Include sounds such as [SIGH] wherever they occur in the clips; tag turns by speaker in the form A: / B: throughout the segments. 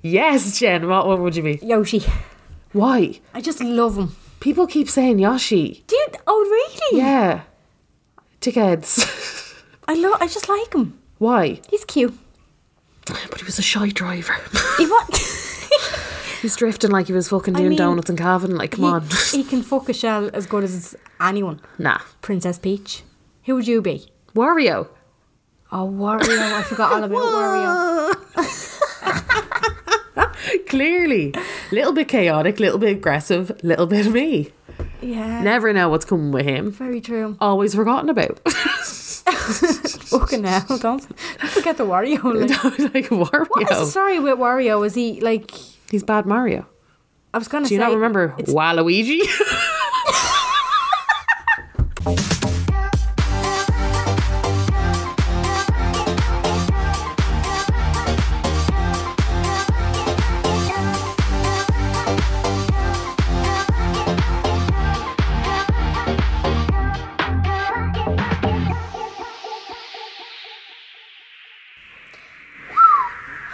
A: yes, Jen, what one would you be?
B: Yoshi.
A: Why?
B: I just love him.
A: People keep saying Yoshi.
B: Dude, oh really?
A: Yeah. Dickheads. [LAUGHS]
B: I love I just like him.
A: Why?
B: He's cute.
A: But he was a shy driver.
B: He [LAUGHS] what
A: [LAUGHS] He's drifting like he was fucking
B: I
A: doing
B: mean,
A: donuts and Calvin. Like, come on.
B: he, he can fuck a shell as good as anyone.
A: [LAUGHS] nah.
B: Princess Peach. Who would you be?
A: Wario.
B: Oh Wario, I forgot [LAUGHS] all about Wario.
A: Clearly. Little bit chaotic, little bit aggressive, little bit me.
B: Yeah.
A: Never know what's coming with him.
B: Very true.
A: Always forgotten about. [LAUGHS]
B: [LAUGHS] Fucking hell, don't forget the [LAUGHS] Wario. Like,
A: like Wario.
B: what is the story with Wario? Is he like
A: He's bad Mario.
B: I was gonna
A: Do you
B: say
A: not remember
B: it's
A: Waluigi? [LAUGHS]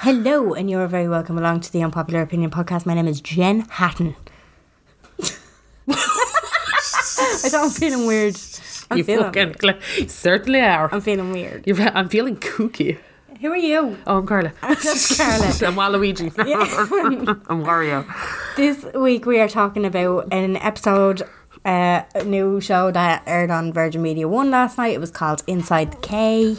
B: Hello, and you're very welcome along to the Unpopular Opinion Podcast. My name is Jen [LAUGHS] Hatton. I don't I'm feeling weird. I'm
A: you
B: feeling
A: fucking
B: weird.
A: cl- you certainly are.
B: I'm feeling weird.
A: You're, I'm feeling kooky.
B: Who are you?
A: Oh, I'm
B: [LAUGHS]
A: Carla.
B: That's
C: [LAUGHS]
B: Scarlett.
A: I'm
B: [LAUGHS]
A: Waluigi. I'm Wario.
B: This week we are talking about an episode, uh, a new show that aired on Virgin Media One last night. It was called Inside the K.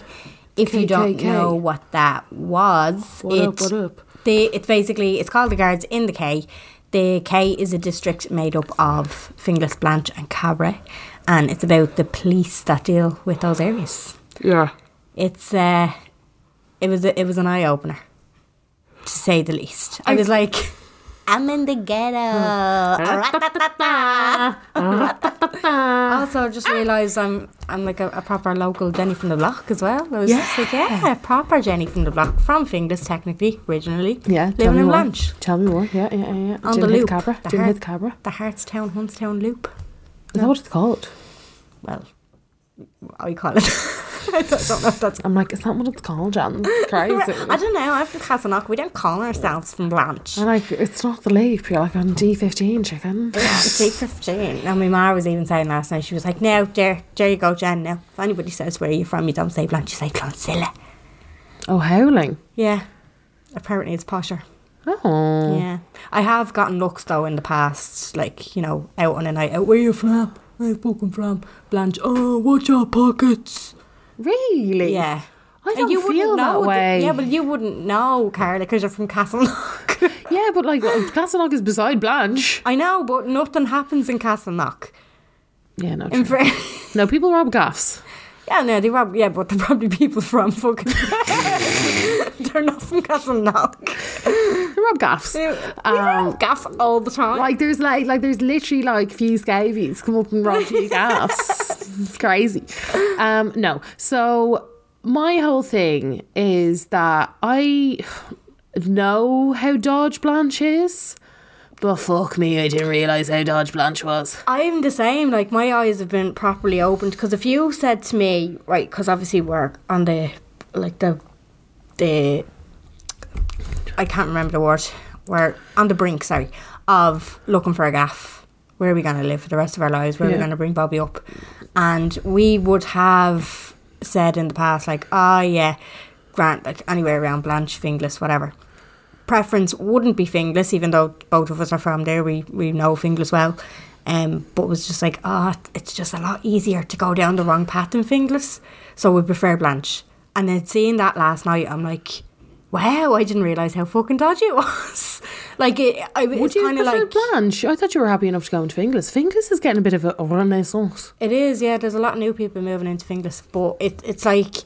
B: If you don't
A: KKK.
B: know what that was,
A: What up, what up?
B: They, it's basically it's called the guards in the K. The K is a district made up of Finglas, Blanche, and Cabra, and it's about the police that deal with those areas.
A: Yeah.
B: It's uh, it was a, it was an eye opener, to say the least. I was like, I'm in the ghetto. Ra-ta-ta-ta. [LAUGHS] also, just realised I'm I'm like a, a proper local Jenny from the block as well. I was just like, yeah, proper Jenny from the block from Finglas, technically originally. living in Blanche.
A: Tell me more. Yeah, yeah, yeah.
B: On the loop,
A: Cabra.
B: the,
A: Doing
B: Har-
A: with Cabra.
B: the Hartstown Hunstown loop.
A: Is that what it's called?
B: Well, I call it. [LAUGHS] I don't don't know if that's
A: I'm like, is that what it's called,
B: [LAUGHS]
A: Jan? Crazy.
B: I don't know. I'm from Casanock. We don't call ourselves
A: [LAUGHS]
B: from Blanche.
A: And like, it's not the leap. You're like on D15, chicken.
B: Take 15. And my ma was even saying last night, she was like, No, there, there you go, Jen. Now, if anybody says where you're from, you don't say Blanche, you say Clonsilla.
A: Oh, howling.
B: Yeah. Apparently it's posher.
A: Oh.
B: Yeah. I have gotten looks though in the past, like, you know, out on a night out, where you from? Where you fucking from? Blanche, oh, watch your pockets.
A: Really?
B: Yeah.
A: I
B: And
A: don't
B: you
A: feel
B: wouldn't
A: that
B: know
A: way.
B: yeah, but you wouldn't know, Carla, because you're from Castleknock. [LAUGHS]
A: Yeah, but like, well, Castleknock is beside Blanche.
B: I know, but nothing happens in Castleknock.
A: Yeah, no.
B: In
A: true.
B: fair-
A: No, people rob gaffs.
B: [LAUGHS] Yeah, no, they rob. Yeah, but they're probably people from fucking. [LAUGHS] they're not from Castle Knock.
A: They rob gaffs.
B: They, they
A: Um,
B: rob gaff all the time.
A: Like there's like like there's literally like few scabies come up and rob you gas.
C: [LAUGHS]
A: it's crazy. Um no. So my whole thing is that I know how Dodge Blanche is, but fuck me, I didn't realise how Dodge Blanche was.
B: I'm the same. Like my eyes have been properly opened because if you said to me, right, because obviously we're on the like the the I can't remember the word. We're on the brink, sorry, of looking for a gaff. Where are we going to live for the rest of our lives? Where are we
A: Yeah.
B: going to bring Bobby up? And we would have said in the past, like, ah, yeah, Grant, like anywhere around Blanche, Finglas, whatever. Preference wouldn't be Finglas, even though both of us are from there. We we know Finglas well, Um, but was just like, ah, it's just a lot easier to go down the wrong path than Finglas. So we prefer Blanche. And then seeing that last night, I'm like, wow, I didn't realise how fucking dodgy it [LAUGHS] was. like, it, I,
C: Would
B: it's
C: you
B: kind of
C: prefer
B: like.
C: Blanche? I thought you were happy enough to go into Finglas. Finglas is getting a bit of a renaissance.
B: It is, yeah. There's a lot of new people moving into Finglas, but it, it's like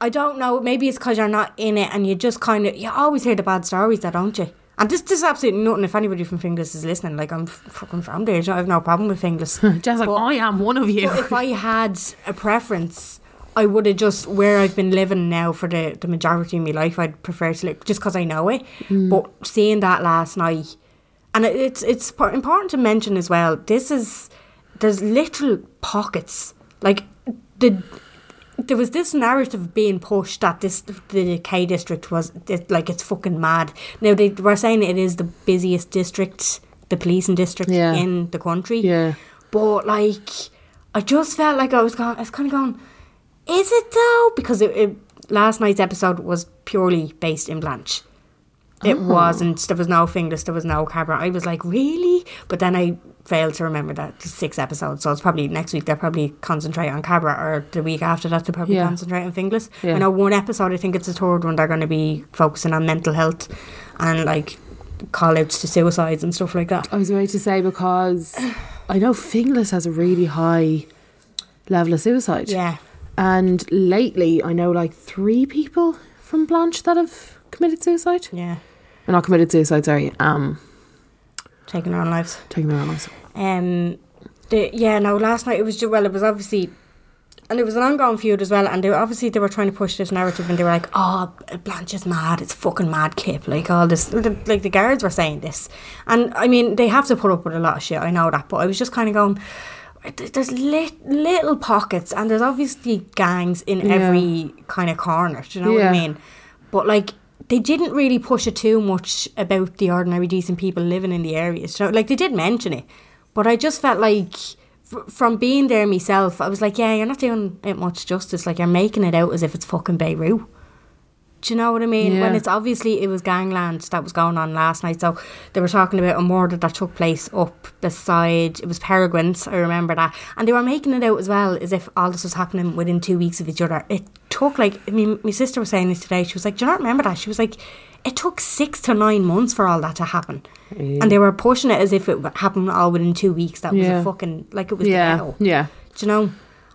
B: I don't know. Maybe it's because you're not in it, and you just kind of you always hear the bad stories, though, don't you? And this, this is absolutely nothing. If anybody from Finglas is listening, like I'm f- fucking from there, I have no problem with Finglas.
C: Jazz like,
B: But-
C: I am one of
B: [LAUGHS]
C: you.
B: But if I had a preference, I would have just where I've been living now for the, the majority of my life. I'd prefer to live just because I know it.
C: Hmm.
B: But seeing that last night, and it, it's it's po- important to mention as well. This is there's little pockets like the. There was this narrative being pushed that this the K district was it, like it's fucking mad. Now they were saying it is the busiest district, the policing district
C: Yeah.
B: in the country.
C: Yeah.
B: But like, I just felt like I was going. I was kind of going. Is it though? Because it, it, last night's episode was purely based in Blanche. It
C: Oh.
B: wasn't. There was no fingers. There was no camera. I was like, really? But then I failed to remember that it's six episodes. So it's probably next week. They'll probably concentrate on Cabra, or the week after that they'll probably
C: Yeah.
B: concentrate on Finglas.
C: Yeah.
B: I know one episode. I think it's the third one. They're going to be focusing on mental health and like call outs to suicides and stuff like that.
C: I was about to
A: [SIGHS]
C: say because I know Finglas has a really high level of suicide.
B: Yeah.
C: And lately, I know like three people from Blanche that have committed suicide.
B: Yeah,
C: Or not committed suicide, sorry. Um,
B: taking our own lives.
C: taking their own lives.
B: Um, the, yeah, no, last night it was just, well, it was obviously, and it was an ongoing feud as well. And they were, obviously they were trying to push this narrative, and they were like, "Oh, Blanche is mad. It's fucking mad, Kip." Like all this, the- like the guards were saying this, and I mean they have to put up with a lot of shit. I know that, but I was just kind of going. "Th- There's lit, little pockets, and there's obviously gangs in
C: Yeah.
B: every kind of corner. Do you know
C: Yeah.
B: what I mean? But like they didn't really push it too much about the ordinary decent people living in the areas. So like they did mention it, but I just felt like f- from being there myself, I was like, yeah, you're not doing it much justice. Like you're making it out as if it's fucking Beirut. Do you know what I mean? When
C: Yeah.
B: it's obviously it was gangland that was going on last night. So they were talking about a murder that took place up beside it was Peregrines. I remember that, and they were making it out as well as if all this was happening within two weeks of each other. It took like I mean, my sister was saying this today. She was like, "Do you not remember that?" She was like, "It took six to nine months for all that to happen," and they were pushing it as if it happened all within two weeks. That
C: Yeah.
B: was a fucking like it was
C: Yeah.
B: the hell.
C: Yeah.
B: Do you know?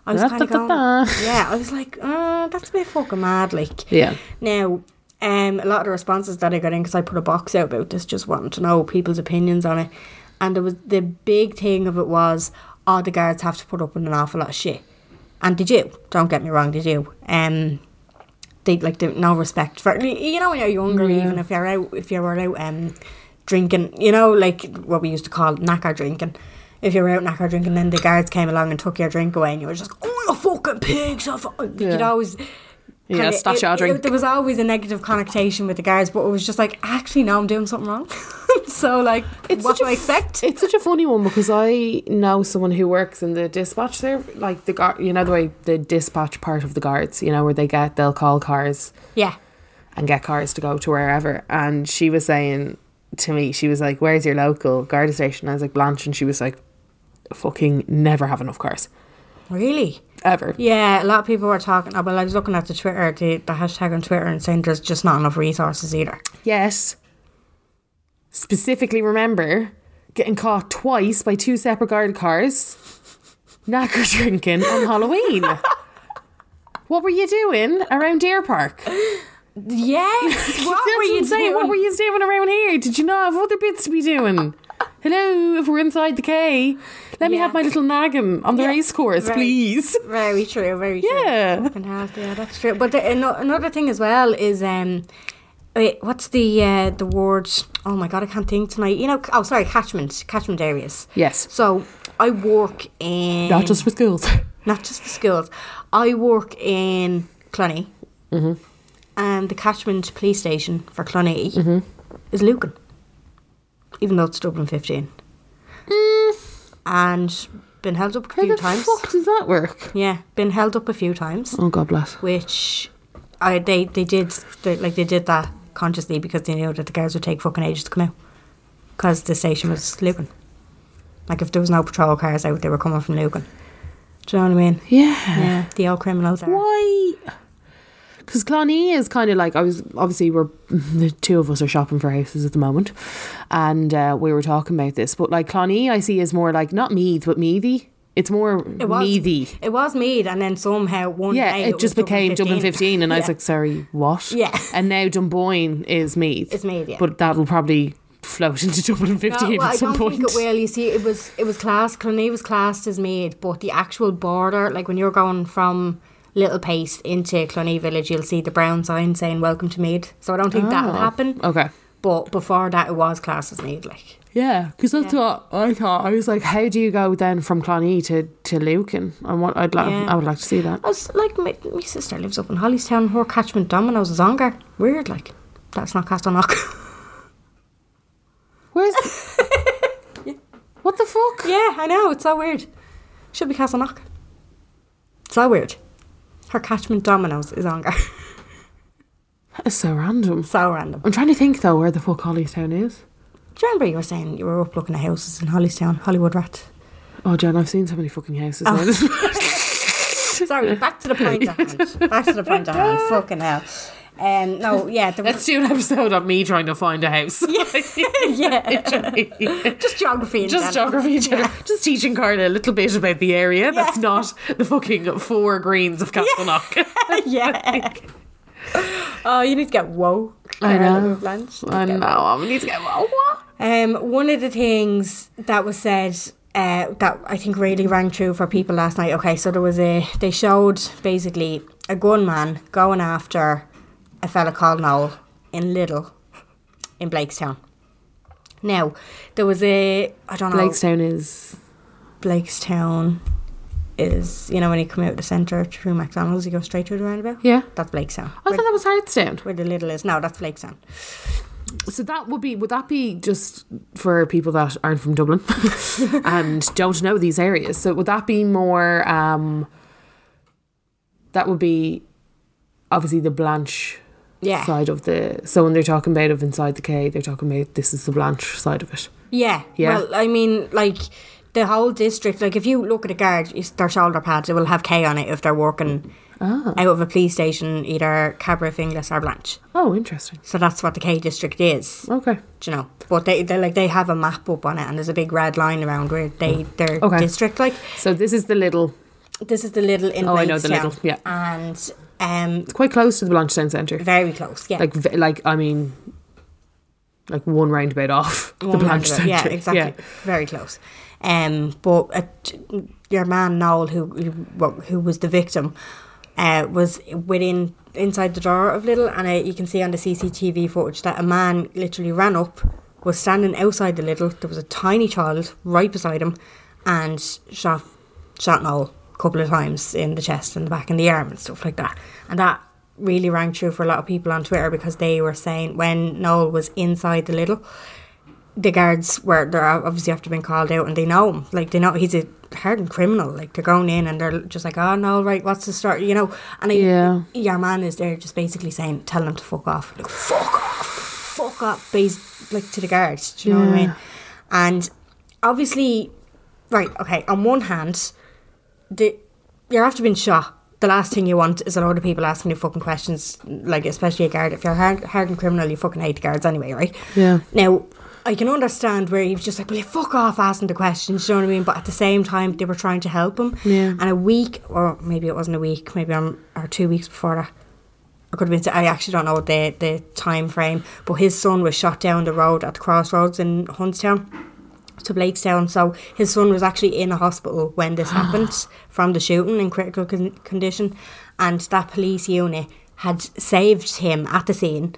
B: I was
C: Da,
B: kind of
C: da,
B: going,
C: da, da.
B: yeah. I was like, uh, that's a bit fucking mad, like.
C: Yeah.
B: Now, um, a lot of the responses that I got in because I put a box out about this, just wanting to know people's opinions on it, and there was the big thing of it was, all the guards have to put up with an awful lot of shit, and they do. Don't get me wrong, they do. Um, they like they, no respect for you know when you're younger, even if you're out if you were out um drinking, you know like what we used to call knacker drinking. If you were out knacker drinking, then the guards came along and took your drink away, and you were just like, oh, you fucking pigs! I fu-" You'd
C: Yeah.
B: always
C: Yeah,
B: kinda-
C: stash
B: it-
C: our
B: it-
C: drink.
B: there was always a negative connotation with the guards, but it was just like, actually, no, I'm doing something wrong. [LAUGHS] so, like, what
C: such
B: do
C: a
B: I
C: f-
B: expect?
C: [LAUGHS] It's such a funny one because I know someone who works in the dispatch service, like the guard, you know, the way the dispatch part of the guards, you know, where they get, they'll call cars
B: yeah.
C: and get cars to go to wherever. And she was saying to me, she was like, Where's your local guard station? I was like, Blanche. And she was like, Fucking never have enough cars.
B: Really?
C: Ever.
B: Yeah, a lot of people were talking. oh, Well, I was looking at the Twitter, the, the hashtag on Twitter, and saying there's just not enough resources either.
C: Yes. Specifically remember getting caught twice by two separate guard cars, knacker drinking on Halloween. what were you doing around Deer Park?
B: [LAUGHS] Yes. What
C: That's
B: were you [LAUGHS]
C: insane.
B: doing?
C: What were you doing around here? Did you not have other bits to be doing? Hello, if we're inside the K, let me
B: Yeah.
C: have my little nagging on the
B: Yeah,
C: race course,
B: right.
C: please.
B: Very true. Very true.
C: Yeah.
B: Fucking hell, yeah, that's true. But the, ano- another thing as well is um, wait, what's the uh, the word? Oh my god, I can't think tonight. You know, c- oh sorry, catchment, catchment areas.
C: Yes.
B: So I work in
C: Not just for schools.
B: not just for schools. I work in Cluny,
C: Mm-hmm.
B: and the catchment police station for Cluny
C: Mm-hmm.
B: is Lucan, even though it's Dublin fifteen, and been held up a
C: How
B: few
C: Mm. the
B: times.
C: fuck does that work?
B: Yeah, been held up a few times,
C: Oh, God bless.
B: which I they they did they, like they did that consciously because they knew that the guards would take fucking ages to come out because the station was sleeping. Like if there was no patrol cars out, they were coming from Lucan. Do you know what I mean?
C: Yeah.
B: Yeah, the old criminals are.
C: Why? Because Clonee is kind of like I was obviously we're [LAUGHS] the two of us are shopping for houses at the moment, and uh, we were talking about this. But like Clonee, I see is more like not Meath, but Meathy. It's more
B: It was
C: Meathy.
B: It was Mead, and then somehow one
C: Yeah,
B: day
C: it just
B: was
C: became Dublin 15, and I was
B: Yeah.
C: like, sorry, what?
B: Yeah.
C: And now Dunboyne is Meath.
B: It's Meath, yeah.
C: But that'll probably float into Dublin
B: No,
C: 15
B: well,
C: at some
B: I don't
C: point.
B: think it will. You see, it was it was classed. Clonee was classed as Mead, but the actual border, like when you're going from Little Pace into Clonee Village, you'll see the brown sign saying "Welcome to Mead." So I don't think
C: Oh.
B: that will happen.
C: Okay.
B: But before that, it was classed as Mead. Like
C: Yeah, because that's what I thought. I was like, how do you go then from Clonee to to Lucan? I want. I'd like.
B: Yeah.
C: I would like to see that.
B: I was like, my, my sister lives up in Hollystown. Her catchment dominoes is Ongar. Weird, like that's not cast on Ock.
C: Where's
B: [LAUGHS]
C: what the
B: [LAUGHS]
C: fuck?
B: Yeah, I know. It's so weird. Should be Castleknock. So weird. Her catchment dominoes is Ongar.
C: It's so
B: [LAUGHS]
C: random.
B: so random.
C: I'm trying to think though where the fuck Hollystown is.
B: Do you remember you were saying you were up looking at houses in Hollystown, Hollywood Rat?
C: Oh, Jen, I've seen so many fucking houses.
B: Oh.
C: now. This-
B: [LAUGHS] Sorry, back to the point at hand. Back to the point at hand. Fucking hell. Um, no, yeah, there was [LAUGHS]
C: Let's do an episode of me trying to find a house.
B: [LAUGHS]
C: [LAUGHS]
B: yeah,
C: Just
B: just geography. In general.
C: geography, in general. just teaching Carla a little bit about the area. That's not the fucking four greens of Castleknock. [LAUGHS]
B: [LAUGHS] yeah. Oh, you need to get woke.
C: I know.
B: Blanche.
C: I know. I need to get well, what?
B: Um, one of the things that was said uh, that I think really rang true for people last night. Okay, so there was a they showed basically a gunman going after a fella called Noel in Little in Blakestown. Now there was a I don't know
C: Blakestown is
B: Blakestown is you know when you come out of the centre through McDonald's you go straight through the roundabout.
C: yeah.
B: That's Blakestown.
C: I
B: Where,
C: thought that was Hearthstone.
B: where the Little is no, that's Blakestown.
C: So that would be would that be just for people that aren't
B: [LAUGHS]
C: from Dublin and don't know these areas? So would that be more um that would be obviously the Blanche
B: Yeah.
C: side of the so when they're talking about of inside the K, they're talking about this is the Blanche side of it.
B: Yeah.
C: Yeah.
B: Well, I mean, like the whole district. Like if you look at a guard, it's their shoulder pads it will have K on it if they're working out of a police station, either Cabra, Finglas, or Blanche.
C: Oh, interesting.
B: So that's what the K district is.
C: Okay.
B: do you know, but they they like they have a map up on it, and there's a big red line around where they their
C: Mm. Okay.
B: district. Like
C: So this is the little
B: this is the little in.
C: Oh, I know the
B: Blakestown,
C: Little, yeah.
B: And um,
C: quite close to the Blanchetown Centre.
B: very close. Yeah.
C: Like v- like I mean like one roundabout off
B: One
C: the
B: roundabout,
C: Blanche Centre.
B: Yeah, exactly. Very close. Um, but uh, t- your man Noel, who who- well, who was the victim, uh, was within inside the door of Little, and uh, you can see on the CCTV footage that a man literally ran up, was standing outside the Little. There was a tiny child right beside him, and shot shot Noel a couple of times in the chest and the back and the arm and stuff like that, and that. Really rang true for a lot of people on Twitter because they were saying when Noel was inside the little, the guards were they're obviously after being called out and they know him like they know he's a hardened criminal like they're going in and they're just like oh no right what's the story you know and I,
C: Yeah.
B: your man is there just basically saying telling him to fuck off like fuck off fuck off bas- like to the guards do you know what I mean and obviously right okay on one hand the you're after being shot. The last thing you want is a load of people asking you fucking questions, like especially a guard. If you're a hard, hardened criminal, you fucking hate the guards anyway, right?
C: Yeah.
B: Now, I can understand where he was just like, "Well, fuck off asking the questions," you know what I mean? But at the same time, they were trying to help him.
C: Yeah.
B: And a week, or maybe it wasn't a week, maybe um, or two weeks before that, I could have been. I actually don't know the the time frame, but his son was shot down the road at the crossroads in Huntstown to Blakestown. So his son was actually in a hospital when this
C: Ah.
B: happened from the shooting in critical con- condition, and that police unit had saved him at the scene,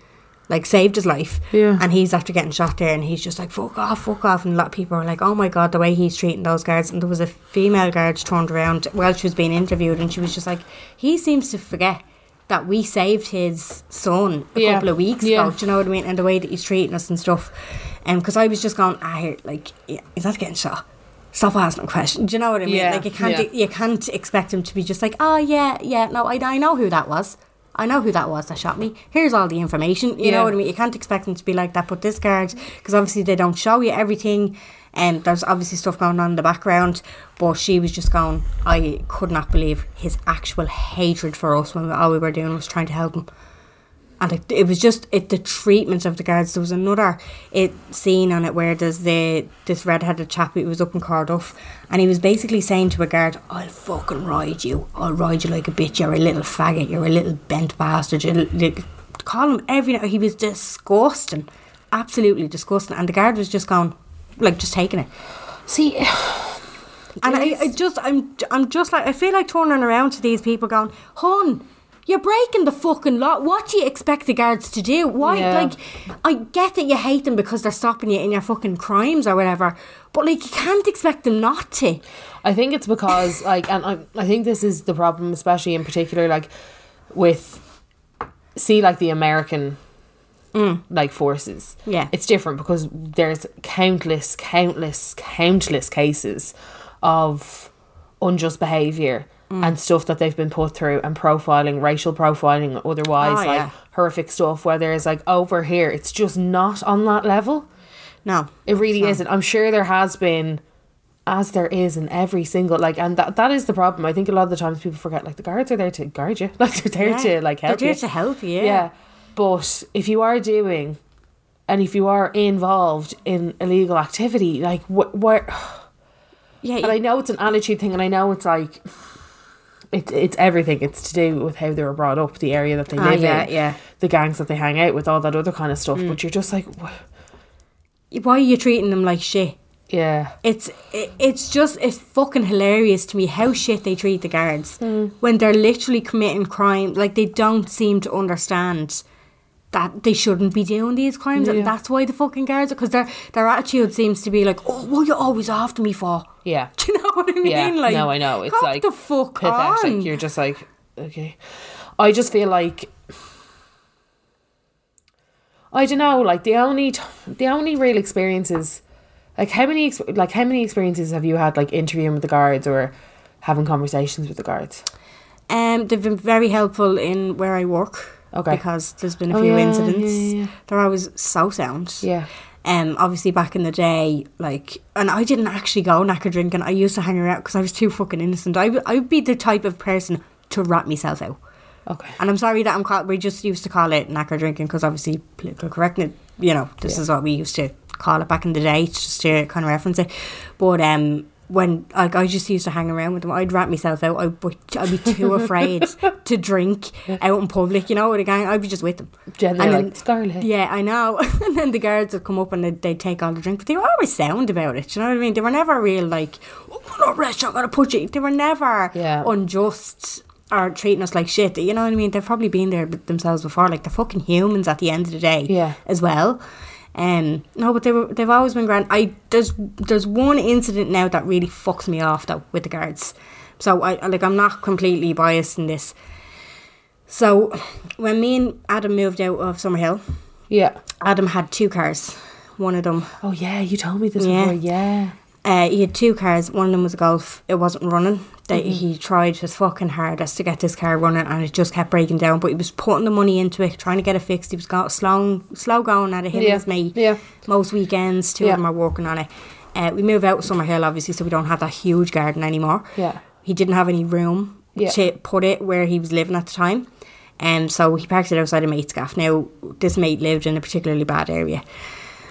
B: like saved his life.
C: Yeah.
B: And he's after getting shot there, and he's just like fuck off, fuck off, and a lot of people are like, oh my god, the way he's treating those guards. And there was a female guard turned around while she was being interviewed, and she was just like, he seems to forget. That we saved his son a
C: Yeah.
B: couple of weeks
C: Yeah.
B: ago. Do you know what I mean? And the way that he's treating us and stuff. And because I was just going, ah, here, like, yeah, is that getting shot? Stop asking him questions. Do you know what I mean?
C: Yeah,
B: Like, you can't,
C: yeah.
B: you can't expect him to be just like, oh yeah, yeah. No, I, I know who that was. I know who that was that shot me. Here's all the information. You
C: Yeah.
B: know what I mean? You can't expect him to be like that. But this guard, because obviously they don't show you everything. And there's obviously stuff going on in the background, but she was just going, I could not believe his actual hatred for us when all we were doing was trying to help him. And it, it was just it the treatment of the guards. There was another it scene on it where there's the this red-headed chap who was up in Cardiff, and he was basically saying to a guard, "I'll fucking ride you. I'll ride you like a bitch. You're a little faggot. You're a little bent bastard. You're a li- call him every night. He was disgusting, absolutely disgusting. And the guard was just going, like, just taking it.
C: See,
B: And I, I just, I'm, I'm just like, I feel like turning around to these people, going, "Hon, you're breaking the fucking law. What do you expect the guards to do? Why,
C: Yeah.
B: like, I get that you hate them because they're stopping you in your fucking crimes or whatever, but like, you can't expect them not to.
C: I think it's because like, and I, I think this is the problem, especially in particular, like with see like the American like forces.
B: Mm. Yeah.
C: it's different because there's countless, countless, countless cases of unjust behavior.
B: Mm.
C: And stuff that they've been put through, and profiling, racial profiling, otherwise,
B: Oh,
C: like
B: yeah.
C: horrific stuff. Where there's like over here, it's just not on that level.
B: No,
C: It really isn't. I'm sure there has been, as there is in every single like, and that that is the problem. I think a lot of the times people forget like the guards are there to guard you, [LAUGHS] like they're there
B: Yeah.
C: to like
B: They're
C: help
B: there
C: you,
B: to help you, yeah.
C: but if you are doing, and if you are involved in illegal activity, like what where,
B: yeah,
C: and I know it's an attitude thing, and I know it's like. It, it's everything. It's to do with how they were brought up, the area that they
B: Ah,
C: live
B: yeah,
C: in,
B: yeah. Mm.
C: the gangs that they hang out with, all that other kind of stuff. But you're just like, wha-
B: why are you treating them like shit?
C: yeah,
B: It's it, it's just it's fucking hilarious to me how shit they treat the guards
C: Hmm.
B: when they're literally committing crime. Like they don't seem to understand that they shouldn't be doing these crimes,
C: Yeah.
B: and that's why the fucking guards are because their their attitude seems to be like, oh, what are you always after me for?
C: yeah.
B: [LAUGHS] Do you know what I mean?
C: Yeah,
B: like,
C: no, I know. It's
B: cock
C: like
B: the fuck
C: pathetic.
B: on.
C: You're just like, okay. I just feel like I don't know. Like the only t- the only real experiences, like how many ex- like how many experiences have you had like interviewing with the guards or having conversations with the guards?
B: Um, they've been very helpful in where I work.
C: Okay.
B: Because there's been a
C: Oh,
B: few
C: yeah, yeah,
B: incidents.
C: yeah.
B: They're always so sound.
C: Yeah.
B: Um, obviously back in the day, like, and I didn't actually go knacker drinking. I used to hang around because I was too fucking innocent. I would I would be the type of person to rat myself out.
C: Okay.
B: And I'm sorry that I'm called. We just used to call it knacker drinking because obviously political correctness. You know, this is what we used to call it back in the day, it's just to kind of reference it. But um, when like I just used to hang around with them, I'd rat myself out. I'd, be- I'd be too
C: [LAUGHS]
B: afraid to drink out in public. You know, with a gang, I'd be just with them.
C: Jen, they're
B: And then-
C: like Scarlet.
B: Yeah, I know. [LAUGHS] and then the guards would come up and they'd, they'd take all the drink, but they were always sound about it. You know what I mean? They were never real like, oh, I'm gonna arrest you, I'm gonna put you. They were never
C: Yeah.
B: unjust or treating us like shit. You know what I mean? They've probably been there b- themselves before. Like they're fucking humans at the end of the day.
C: Yeah.
B: As well. Um, no, but they were they've always been grand. I there's there's one incident now that really fucks me off though with the guards. So I I- like I'm not completely biased in this. So when me and Adam moved out of Summerhill,
C: Yeah.
B: Adam had two cars. One of them,
C: Oh yeah, you told me this
B: Yeah.
C: before. Yeah.
B: uh, he had two cars. One of them was a Golf. It wasn't running. They,
C: Mm-hmm.
B: He tried his fucking hardest to get this car running, and it just kept breaking down. But he was putting the money into it, trying to get it fixed. He was go- slow, slow going at it. Him
C: Yeah.
B: and his mate.
C: Yeah.
B: Most weekends, two
C: Yeah.
B: of them are working on it. Uh, we move out of Summerhill, obviously, so we don't have that huge garden anymore.
C: Yeah.
B: He didn't have any room
C: Yeah.
B: to put it where he was living at the time. Um, so he parked it outside a mate's gaff. Now, this mate lived in a particularly bad area.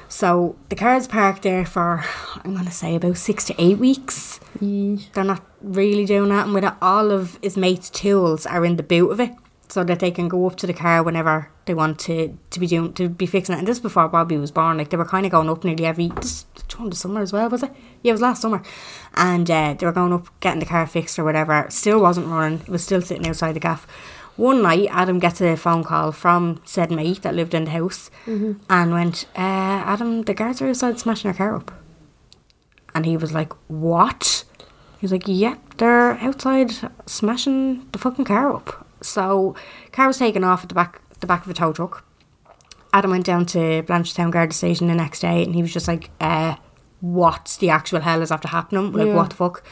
B: So the car's parked there for, I'm going to say, about six to eight weeks. They're not really doing that. And with it, all of his mate's tools are in the boot of it so that they can go up to the car whenever they want to, to be doing to be fixing it. And this is before Bobby was born. Like they were kind of going up nearly every this during the summer as well, was it? Yeah, it was last summer. And uh, they were going up, getting the car fixed or whatever. Still wasn't running. It was still sitting outside the gaff. One night, Adam gets a phone call from said mate that lived in the house and went, uh, Adam, the guards are outside smashing our car up. And he was like, What? He was like, Yep, they're outside smashing the fucking car up. So car was taken off at the back the back of a tow truck. Adam went down to Blanchetown Guard Station the next day and he was just like, uh, what the actual hell is after happening? Like, what the fuck?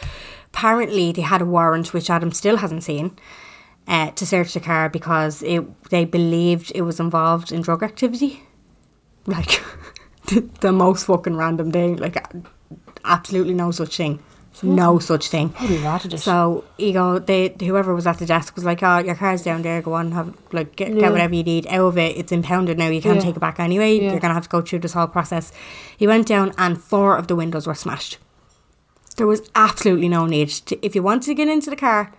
B: Apparently, they had a warrant, which Adam still hasn't seen, uh, to search the car because it they believed it was involved in [LAUGHS] drug activity like the, the most fucking random thing. Like absolutely no such thing. No such thing. So you go, they whoever was at the desk was like, "Oh, your car's down there. Go on, and have like get,
A: Yeah.
B: get whatever you need out of it. It's impounded now. You can't
A: Yeah.
B: take it back anyway.
A: Yeah.
B: You're gonna have to go through this whole process." He went down, and four of the windows were smashed. There was absolutely no need. To, if you wanted to get into the car,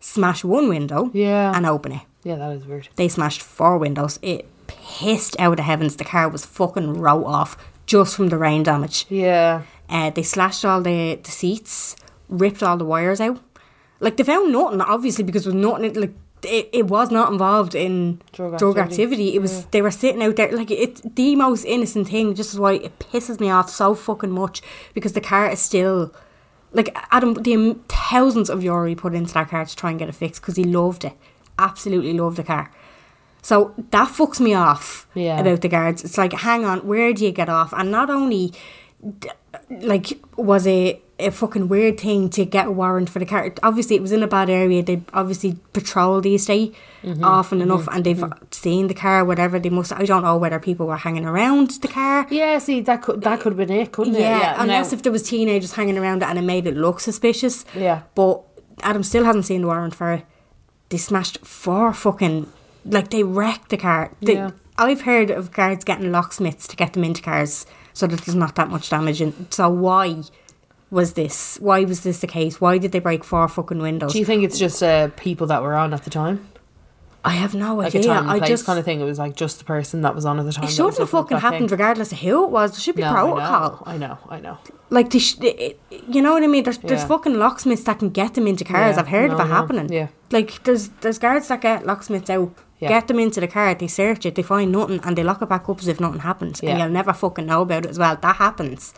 B: smash one window,
A: Yeah.
B: and open it.
A: Yeah, that is weird.
B: They smashed four windows. It pissed out of heavens. The car was fucking row off just from the rain damage.
A: Yeah.
B: Uh, they slashed all the, the seats, ripped all the wires out. Like they found nothing, obviously, because there was nothing like it, it was not involved in
A: Drug
B: drug,
A: activity.
B: activity. It was they were sitting out there like it's the most innocent thing. Just is why it pisses me off so fucking much because the car is still like Adam. The am- thousands of euro he put into that car to try and get it fixed because he loved it, absolutely loved the car. So that fucks me off
A: Yeah.
B: about the guards. It's like, hang on, where do you get off? And not only like was it a fucking weird thing to get a warrant for the car. Obviously, it was in a bad area. They obviously patrol the estate often enough, and they've seen the car. Whatever they must, I don't know whether people were hanging around the car.
A: Yeah, see, that could that could have been it, couldn't
B: Yeah,
A: it?
B: unless
A: no.
B: if there was teenagers hanging around it and it made it look suspicious.
A: Yeah.
B: but Adam still hasn't seen the warrant for it. They smashed four fucking like they wrecked the car. They,
A: Yeah.
B: I've heard of guards getting locksmiths to get them into cars so that there's not that much damage. And so why was this? Why was this the case? Why did they break four fucking windows?
A: Do you think it's just uh, people that were on at the time?
B: I have no
A: Like
B: idea.
A: a time and
B: I
A: place
B: just
A: kind of thing. It was like just the person that was on at the time.
B: it
A: that
B: shouldn't
A: was
B: have
A: looking at
B: fucking
A: that thing.
B: happened, regardless of who it was. There should be
A: No, I know,
B: protocol.
A: I know, I know.
B: Like, they sh- it, it- you know what I mean? There's, there's
A: Yeah.
B: fucking locksmiths that can get them into cars.
A: Yeah,
B: I've heard
A: no,
B: of
A: I
B: it
A: know.
B: happening.
A: Yeah.
B: Like, there's there's guards that get locksmiths out,
A: Yeah.
B: get them into the car, they search it, they find nothing, and they lock it back up as if nothing happened.
A: Yeah.
B: And you'll never fucking know about it as well. That happens.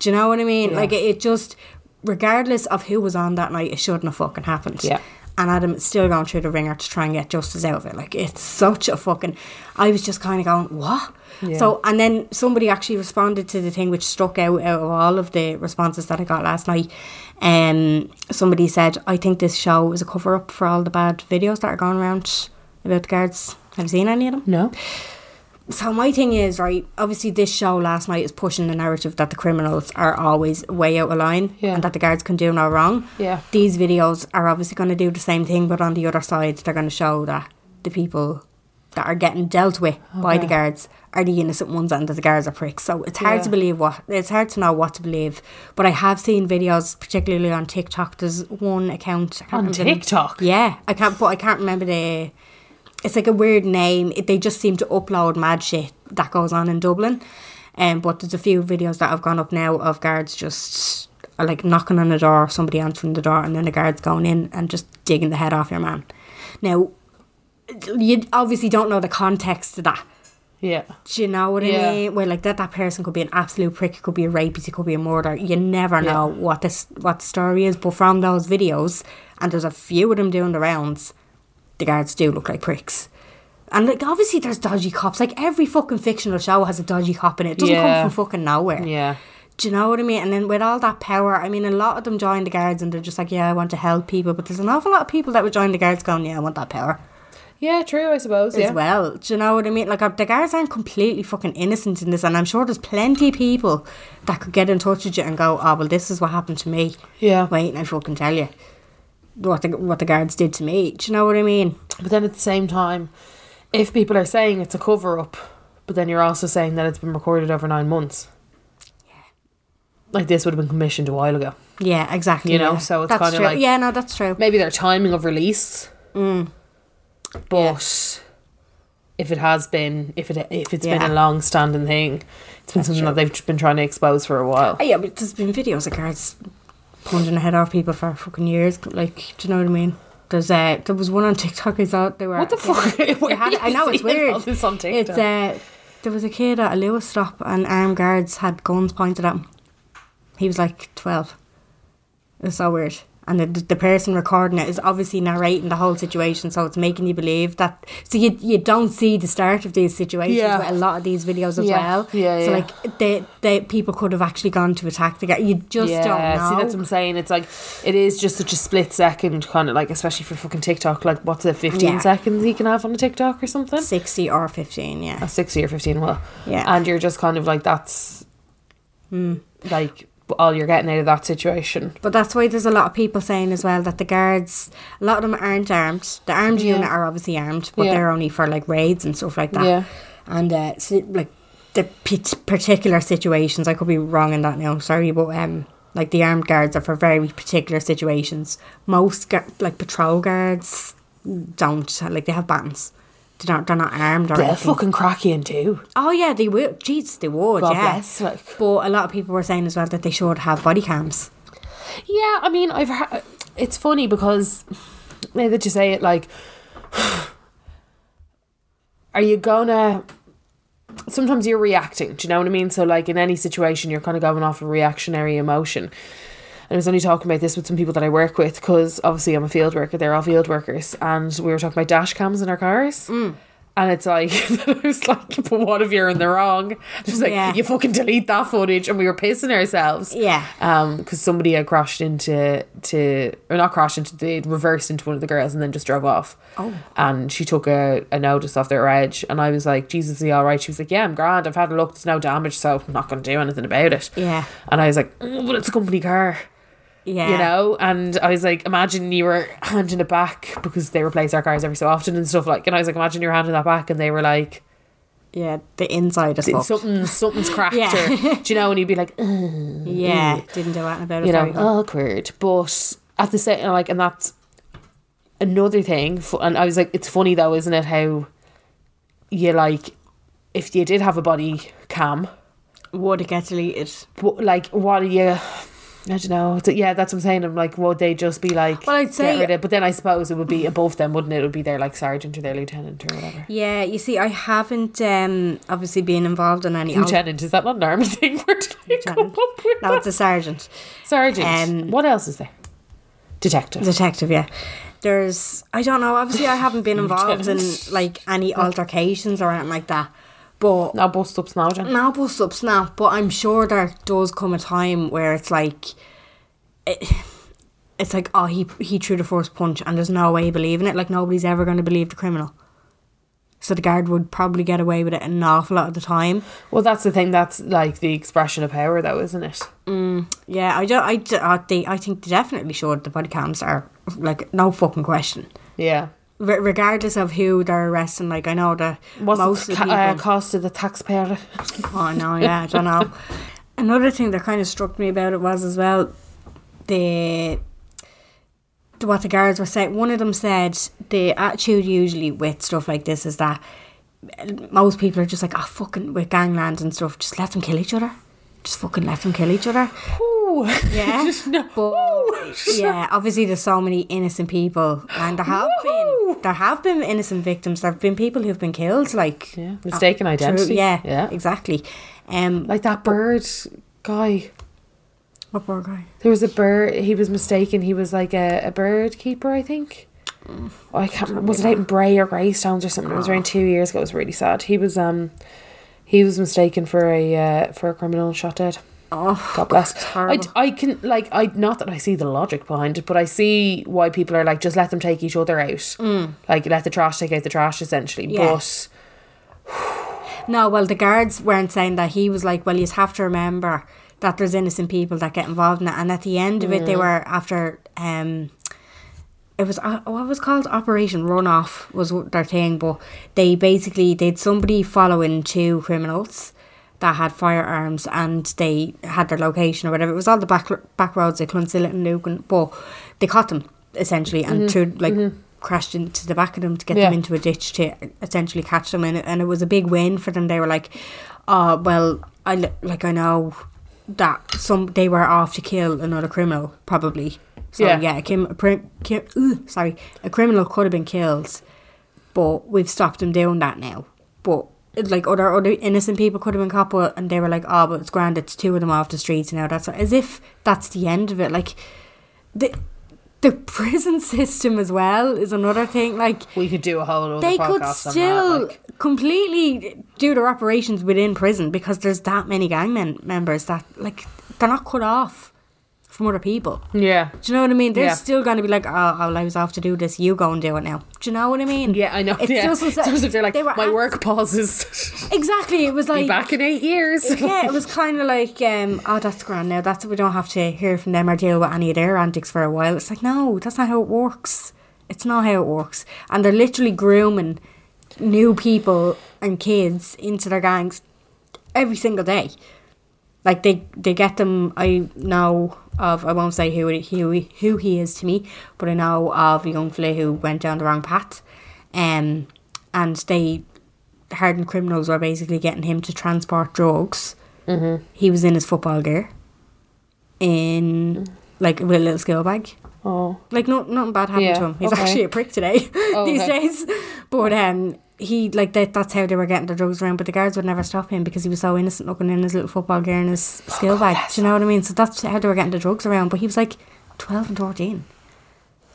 B: Do you know what I mean? Like, it, it just, regardless of who was on that night, it shouldn't have fucking happened.
A: Yeah.
B: And Adam is still going through the ringer to try and get justice out of it. Like, it's such a fucking. I was just kind of going, what? So, and then somebody actually responded to the thing which struck out out of all of the responses that I got last night. Um, somebody said, I think this show is a cover up for all the bad videos that are going around about the guards. Have you seen any of them?
A: No.
B: So my thing is right. Obviously, this show last night is pushing the narrative that the criminals are always way out of line
A: Yeah.
B: and that the guards can do no wrong.
A: Yeah.
B: These videos are obviously going to do the same thing, but on the other side, they're going to show that the people that are getting dealt with by the
A: Okay.
B: guards are the innocent ones and that the guards are pricks. So it's hard to
A: Yeah.
B: believe what it's hard to know what to believe. But I have seen videos, particularly on TikTok. There's one account I can't
A: On
B: remember the-
A: TikTok?
B: Yeah, I can't. But I can't remember the it's like a weird name. It, they just seem to upload mad shit that goes on in Dublin. Um, but there's a few videos that have gone up now of guards just uh, like knocking on the door, somebody answering the door, and then the guards going in and just digging the head off your man. Now, you obviously don't know the context of that.
A: Yeah.
B: Do you know what I
A: Yeah.
B: mean? Where like that, that person could be an absolute prick. It could be a rapist. It could be a murderer. You never know what this what the story is. But from those videos, and there's a few of them doing the rounds, the guards do look like pricks. And like obviously, there's dodgy cops. Like every fucking fictional show has a dodgy cop in it. It doesn't
A: Yeah.
B: come from fucking nowhere.
A: Yeah.
B: Do you know what I mean? And then with all that power, I mean, a lot of them join the guards and they're just like, yeah, I want to help people. But there's an awful lot of people that would join the guards going, yeah, I want that power
A: Yeah, true, I suppose. Yeah.
B: as well. Do you know what I mean? Like, uh, the guards aren't completely fucking innocent in this, and I'm sure there's plenty of people that could get in touch with you and go, "Oh, well, this is what happened to me."
A: Yeah.
B: Wait, and I fucking tell you what the what the guards did to me. Do you know what I mean?
A: But then at the same time, if people are saying it's a cover up, but then you're also saying that it's been recorded over nine months. Like this would have been commissioned a while ago.
B: Yeah, exactly.
A: You know,
B: yeah.
A: so it's
B: That's
A: kinda
B: true.
A: like-
B: yeah, no, that's true.
A: Maybe their timing of release. Mm. But if it has been, if it if it's been a
B: Yeah.
A: long standing thing, it's been something that they've been trying to expose for a while.
B: Oh, yeah, but there's been videos of guards plunging the head off people for fucking years. Like, do you know what I mean? There's uh, there was one on TikTok. I thought they were
A: What the fuck?
B: They had it- I
A: [LAUGHS]
B: know it's weird.
A: This on
B: It's
A: TikTok.
B: uh, there was a kid at a Lewis stop and armed guards had guns pointed at him. He was like twelve. It was so weird. And the, the person recording it is obviously narrating the whole situation, so it's making you believe that. So you you don't see the start of these situations
A: Yeah.
B: with a lot of these videos as
A: Yeah.
B: well.
A: Yeah, yeah.
B: so like they, they people could have actually gone to attack the guy. You just
A: yeah,
B: don't know.
A: see that's what I'm saying. It's like it is just such a split second kind of like, especially for fucking TikTok. Like, what's it, 15
B: Yeah.
A: seconds you can have on a TikTok or something?
B: Sixty or fifteen, yeah.
A: A 60 or 15, well,
B: Yeah. Hmm.
A: and you're just kind of like that's like
C: all you're getting out of that situation.
B: But that's why there's a lot of people saying as well that the guards, a lot of them aren't armed. The armed
C: Yeah.
B: unit are obviously armed, but
C: Yeah.
B: they're only for like raids and stuff like that.
C: Yeah.
B: And uh, si- like the p- particular situations, I could be wrong in that now. Sorry, but um, like the armed guards are for very particular situations. Most gu- like patrol guards don't like they have batons. They don't. They're not armed or
C: They're
B: anything.
C: fucking cracking too.
B: Oh yeah, they would. Jeez, they would.
C: God
B: yeah.
C: bless, like.
B: But a lot of people were saying as well that they should have body cams.
C: Yeah, I mean, I've heard, it's funny because now that you say it, like, [SIGHS] are you gonna? Sometimes you're reacting. Do you know what I mean? So, like, in any situation, you're kind of going off a reactionary emotion. And I was only talking about this with some people that I work with because obviously I'm a field worker. They're all field workers, and we were talking about dash cams in our cars.
B: Mm.
C: And it's like, [LAUGHS] I was like, but what if you're in the wrong? She's like,
B: Yeah.
C: you fucking delete that footage. And we were pissing ourselves
B: Yeah.
C: um because somebody had crashed into to or not crashed into they reversed into one of the girls and then just drove off oh and she took a, a notice off their edge and i was like jesus are you all right she was like yeah i'm grand i've had a look there's no damage so i'm not gonna do anything about it
B: Yeah.
C: and i was like oh, but it's a company car
B: Yeah.
C: you know and i was like imagine you were handing it back because they replace our cars every so often and stuff like and i was like imagine you're handing that back and they were like
B: Yeah, the inside is fucked.
C: something something's cracked
B: [LAUGHS] Yeah.
C: or, do you know and you'd be like
B: yeah, didn't do anything about it.
C: Mm. you know,
B: very well.
C: awkward. But at the same, like, and that's another thing. fu- And I was like, it's funny though, isn't it? How you like, if you did have a body cam,
B: Would it get deleted?
C: what, like, what are you? I don't know. It's- yeah, that's what I'm saying. I'm like, would they just be like,
B: Well, I'd say-
C: get rid of? But then I suppose it would be above them, wouldn't it? It would be their like sergeant or their lieutenant or whatever.
B: Yeah, you see, I haven't um, obviously been involved in any. [LAUGHS]
C: Lieutenant is that not an army thing? Where did I come
B: Lieutenant.
C: up with
B: No,
C: that?
B: it's a sergeant.
C: sergeant.
B: um,
C: what else is there? Detective.
B: Detective, yeah. There's, I don't know, obviously I haven't
C: [LAUGHS]
B: been involved in
C: Lieutenant.
B: like any altercations or anything like that. But
C: Now bust up now, Jen.
B: now bust up snap, but I'm sure there does come a time where it's like it, it's like oh he he threw the first punch and there's no way believing it. Like nobody's ever going to believe the criminal. So the guard would probably get away with it an awful lot of the time.
C: Well, that's the thing. That's like the expression of power, though, isn't it?
B: Yeah, I don't. I, d- uh, they, I think they definitely sure the body cams are like no fucking question.
C: Yeah.
B: R- regardless of who they're arresting, like I know that
C: What's
B: most
C: the
B: of
C: ca-
B: the people.
C: uh, cost to the taxpayer?
B: Oh no, yeah, I don't know. Another thing that kind of struck me about it was as well the, the what the guards were saying. One of them said the attitude usually with stuff like this is that most people are just like, oh fucking with gangland and stuff, just let them kill each other. Just fucking let them kill each other.
C: Ooh. [LAUGHS]
B: Yeah.
C: Ooh.
B: But yeah, obviously there's so many innocent people and there have been there have been innocent victims. There have been people who've been killed, like uh,
C: Yeah, mistaken
B: through-
C: identity.
B: yeah,
C: Yeah.
B: exactly. Um
C: Like that bird guy.
B: What poor guy?
C: There was a bird. He was mistaken. He was like a, a bird keeper, I think.
B: Mm.
C: Oh, I can't remember. Was it out in Bray or Greystones or something? It was around
B: Ah.
C: two years ago. It was really sad. He was um, he was mistaken for a uh, for a criminal and shot dead.
B: Oh,
C: God bless. I,
B: horrible.
C: I can like I not that I see the logic behind it, but I see why people are like just let them take each other out, like let the trash take out the trash essentially.
B: Mm. Yeah.
C: But
B: No, well, the guards weren't saying that. He was like, well, you have to remember that there's innocent people that get involved in it. And at the end of it, they were after. um it was uh, what was called Operation Runoff was what their thing, but they basically did somebody following two criminals that had firearms and they had their location or whatever. It was all the back back roads of Clonsillet and Lucan, but they caught them essentially and threw like crashed into the back of them to get
C: Mm-hmm. Yeah.
B: them into a ditch to essentially catch them and it, and it was a big win for them they were like oh well I li- like I know that some they were off to kill another criminal probably so
C: Yeah.
B: yeah, a, crim- a, prim- ki- ugh, sorry a criminal could have been killed but we've stopped them doing that now but it's like other other innocent people could have been caught but- and they were like oh but it's grand it's two of them off the streets now that's as if that's the end of it like the the [LAUGHS] prison system as well is another thing like
C: we could do a whole other
B: they
C: podcast
B: could
C: on that.
B: still
C: like-
B: completely do their operations within prison because there's that many gang men- members that like they're not cut off from other people.
C: Yeah.
B: Do you know what I mean? They're
C: Yeah.
B: still going to be like, oh, oh, I was off to do this. You go and do it now. Do you know what I mean?
C: Yeah, I know.
B: It
C: yeah.
B: doesn't
C: It's
B: say-
C: as if they're like,
B: they were
C: my
B: abs- [LAUGHS]
C: work pauses.
B: Exactly. It was
C: Be
B: like
C: back in eight years.
B: [LAUGHS] yeah, it was kind of like, um, oh, that's grand now. That's we don't have to hear from them or deal with any of their antics for a while. It's like, no, that's not how it works. It's not how it works. And they're literally grooming new people and kids into their gangs every single day. Like they, they get them. I know of. I won't say who it, who he- who he is to me, but I know of a young fella who went down the wrong path, um, and they hardened criminals were basically getting him to transport drugs. Mm-hmm. He was in his football gear, in like with a little school bag.
C: Oh.
B: Like no, nothing bad happened
C: Yeah,
B: to him. He's
C: okay. Oh,
B: actually a prick today [LAUGHS] these
C: okay.
B: days. But um, he like that. That's how they were getting the drugs around. But the guards would never stop him because he was so innocent looking in his little football gear and his
C: Oh,
B: skill bag. Do you know what I mean? So that's how they were getting the drugs around. But he was like twelve and thirteen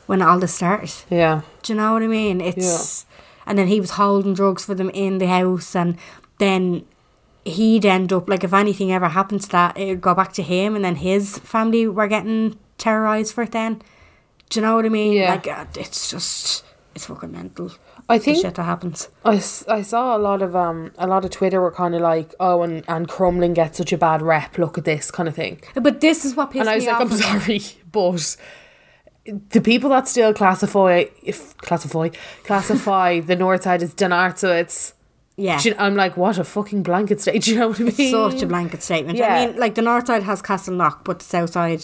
B: when all this started.
C: Yeah.
B: Do you know what I mean? It's and then he was holding drugs for them in the house, and then he'd end up like if anything ever happened to that, it'd go back to him, and then his family were getting terrorized for it. Then, do you know what I mean?
C: Yeah.
B: Like uh, it's just it's fucking mental.
C: I
B: the
C: think-
B: shit that happens.
C: I, s- I saw a lot of um a lot of Twitter were kind of like oh and and Crumlin gets such a bad rep look at this kind of thing
B: But this is what pissed
C: and I was
B: me
C: like
B: off.
C: I'm sorry [LAUGHS] but the people that still classify if classify classify the North Side as Donartsoites
B: yeah.
C: [LAUGHS] Do you- I'm like what a fucking blanket state [LAUGHS] do you know what I mean
B: such a blanket statement.
C: Yeah.
B: I mean, like the north side has Castle Knock, but the south side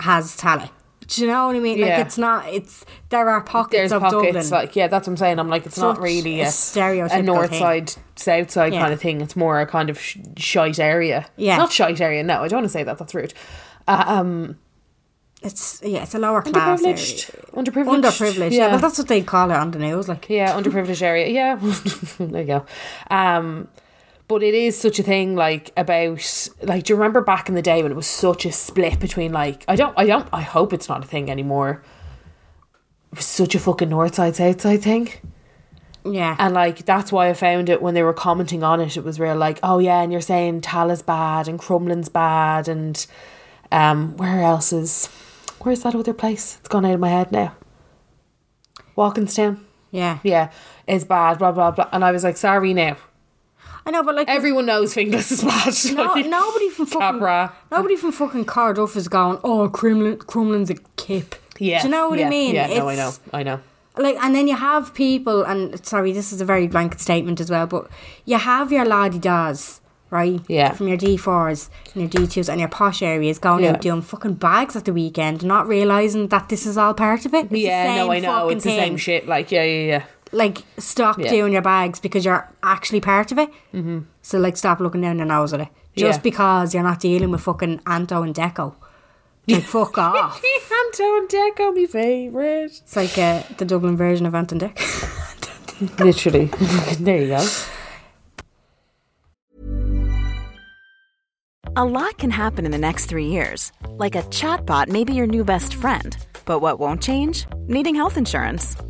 B: has Tally. Do you know what I mean? Like
C: Yeah.
B: it's not. It's there are pockets
C: there's
B: of
C: pockets
B: Dublin.
C: like yeah that's what I'm saying I'm like it's not
B: Such
C: really
B: a
C: a,
B: stereotypical
C: a North
B: thing.
C: Side South Side
B: Yeah.
C: kind of thing it's more a kind of sh- shite area
B: Yeah.
C: not shite area no I don't want to say that that's rude uh, um
B: it's yeah, it's a lower class. area.
C: underprivileged, underprivileged,
B: Underprivileged. Yeah.
C: Yeah,
B: but that's what they call it on the news. Like
C: yeah, underprivileged area. Yeah, [LAUGHS] there you go. Um, but it is such a thing, like about like. Do you remember back in the day when it was such a split between like I don't, I don't, I hope it's not a thing anymore. It was such a fucking north side south side thing.
B: yeah,
C: And like that's why I found it when they were commenting on it, it was real like, oh yeah, and you're saying Tal is bad and Crumlin's bad and um where else is where's that other place? It's gone out of my head now. Walkinstown.
B: yeah.
C: Yeah, is bad, blah blah blah. And I was like, sorry now.
B: I know, but
C: [LAUGHS]
B: like
C: Everyone knows Finglas is bad.
B: [LAUGHS]
C: [LAUGHS]
B: no,
C: Like,
B: nobody from fucking
C: Cabra.
B: nobody from fucking Cardiff is going. Oh, Crumlin, Crumlin's a kip.
C: Yeah.
B: do you know what
C: yeah,
B: I mean?
C: Yeah, no, I know.
B: It's-
C: I know.
B: like and then you have people and sorry this is a very blanket statement as well but you have your laddie das right
C: Yeah.
B: from your d4s and your d2s and your posh areas going
C: Yeah.
B: out doing fucking bags at the weekend not realizing that this is all part of it it's the
C: Yeah,
B: same
C: no, I know.
B: fucking
C: It's the same
B: thing.
C: shit. Like, yeah, yeah, yeah.
B: like stop
C: Yeah.
B: doing your bags because you're actually part of it mm-hmm. so like stop looking down your nose at it just
C: Yeah.
B: because you're not dealing with fucking anto and deco
C: [LAUGHS]
B: like fuck off
C: Anto and Deco, oh, my
B: [LAUGHS]
C: favourite.
B: it's like uh, the dublin version of anto and deco
C: Literally. [LAUGHS] there you go.
D: A lot can happen in the next three years. Like a chatbot may be your new best friend. But what won't change? Needing health insurance.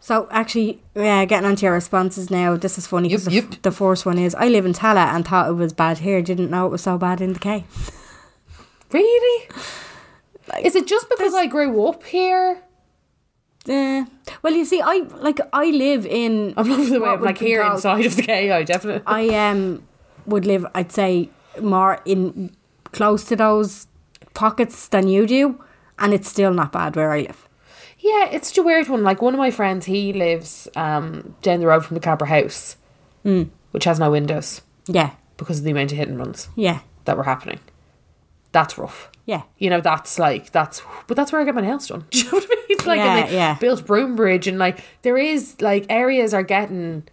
B: So actually, yeah, getting onto your responses now. This is funny because
C: Yep,
B: the,
C: yep.
B: f- the first one is I live in Tala and thought it was bad here. Didn't know it was so bad in the K.
C: Really? is it just because I grew up here?
B: Uh, well, you see, I like I live in.
C: I'm loving the way
B: what
C: I'm
B: would
C: like
B: be
C: here
B: called-
C: inside of the KI, definitely.
B: I um would live. I'd say more in close to those pockets than you do, and it's still not bad where I live.
A: Yeah, it's such a weird one. Like one of my friends, he lives um, down the road from the Cabra house,
C: Hmm.
A: which has no windows
B: Yeah.
A: because of the amount of hit and runs
B: Yeah.
A: that were happening. That's rough.
B: Yeah.
A: You know, that's like that's but that's where I get my nails done. [LAUGHS] Do you know what I mean? Like and they
B: Yeah, yeah.
A: built Broombridge and like there is like areas are getting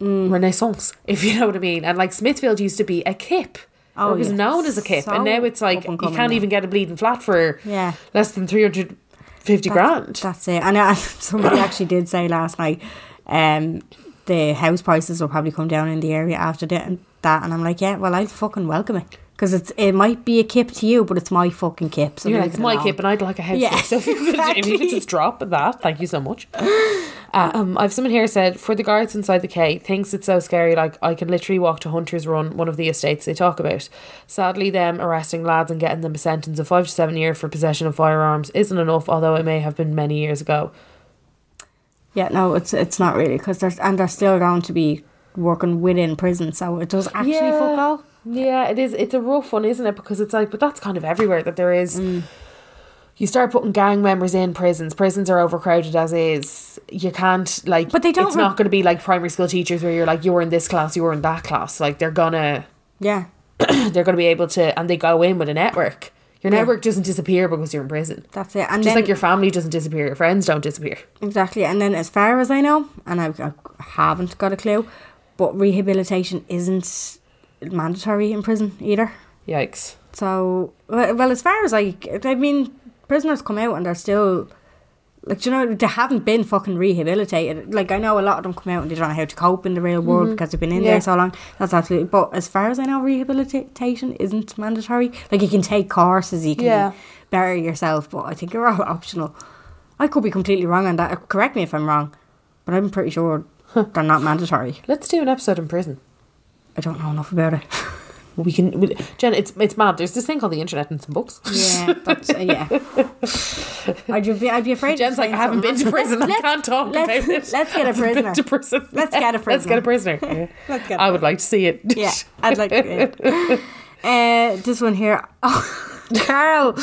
B: Mm.
A: renaissance, [LAUGHS] if you know what I mean. And like Smithfield used to be a kip.
B: Oh,
A: or it was
B: yeah.
A: known as a kip.
B: So
A: and now it's like
B: up and
A: you
B: coming
A: can't
B: now.
A: even get a bleeding flat for
B: Yeah.
A: less than three hundred fifty grand.
B: That's it. And uh, [LAUGHS] somebody actually did say last night, um, the house prices will probably come down in the area after that. And, that. and I'm like, yeah, well, I fucking welcome it because it's it might be a kip to you, but it's my fucking kip. So
A: You're
B: leave
A: like,
B: it
A: my
B: alone."
A: kip, and I'd like a house.
B: Yeah,
A: Yeah, [LAUGHS] so if you, could, if you could
B: exactly.
A: just drop that, thank you so much. Um, I've someone here said for the guards inside the K thinks it's so scary. Like I can literally walk to Hunter's Run, one of the estates they talk about. Sadly, them arresting lads and getting them a sentence of five to seven year for possession of firearms isn't enough. Although it may have been many years ago.
B: Yeah, no, it's it's not really because there's and they're still going to be working within prison, so it does actually fuck all.
A: Yeah, it is. It's a rough one, isn't it? Because it's like, but that's kind of everywhere that there is.
B: Mm.
A: You start putting gang members in prisons. Prisons are overcrowded as is. You can't like.
B: But they don't
A: It's
B: re-
A: not going to be like primary school teachers where you're like you were in this class, you were in that class. Like they're gonna [CLEARS THROAT]
B: Yeah,
A: they're gonna be able to, and they go in with a network. Your
B: Yeah.
A: network doesn't disappear because you're in prison.
B: that's it. And
A: Just
B: then,
A: like your family doesn't disappear, your friends don't disappear.
B: Exactly. And then, as far as I know, and I, I haven't got a clue, but rehabilitation isn't mandatory in prison either.
A: Yikes.
B: So, well, well, as far as I, I mean, prisoners come out and they're still, like, do you know, they haven't been fucking rehabilitated. Like, I know a lot of them come out and they don't know how to cope in the real world because they've been in
A: Mm-hmm. Yeah.
B: there so long. That's absolutely, but as far as I know, rehabilitation isn't mandatory. Like, you can take courses, you can
A: Yeah.
B: better yourself, but I think they're all [LAUGHS] optional. I could be completely wrong on that. Correct me if I'm wrong, but I'm pretty sure they're not mandatory.
A: Let's do an episode in prison.
B: I don't know enough about it. [LAUGHS]
A: We can, we, Jen. It's it's mad. There's this thing called the internet and some books.
B: Yeah, that's, uh, yeah. I'd be, I'd be afraid.
A: [LAUGHS]
B: of
A: Jen's like,
B: saying
A: I haven't
B: something
A: been to
B: wrong."
A: prison. I
B: Let's-
A: can't talk
B: let's,
A: about it.
B: Let's get a
A: I've been
B: prisoner.
A: to prison.
B: Let's get a
A: Let's get a
B: prisoner.
A: prisoner. Yeah.
B: [LAUGHS] Let's get a
A: I would like to see it.
B: Yeah, I'd like to. Uh, this one here. Oh, [LAUGHS] Carl.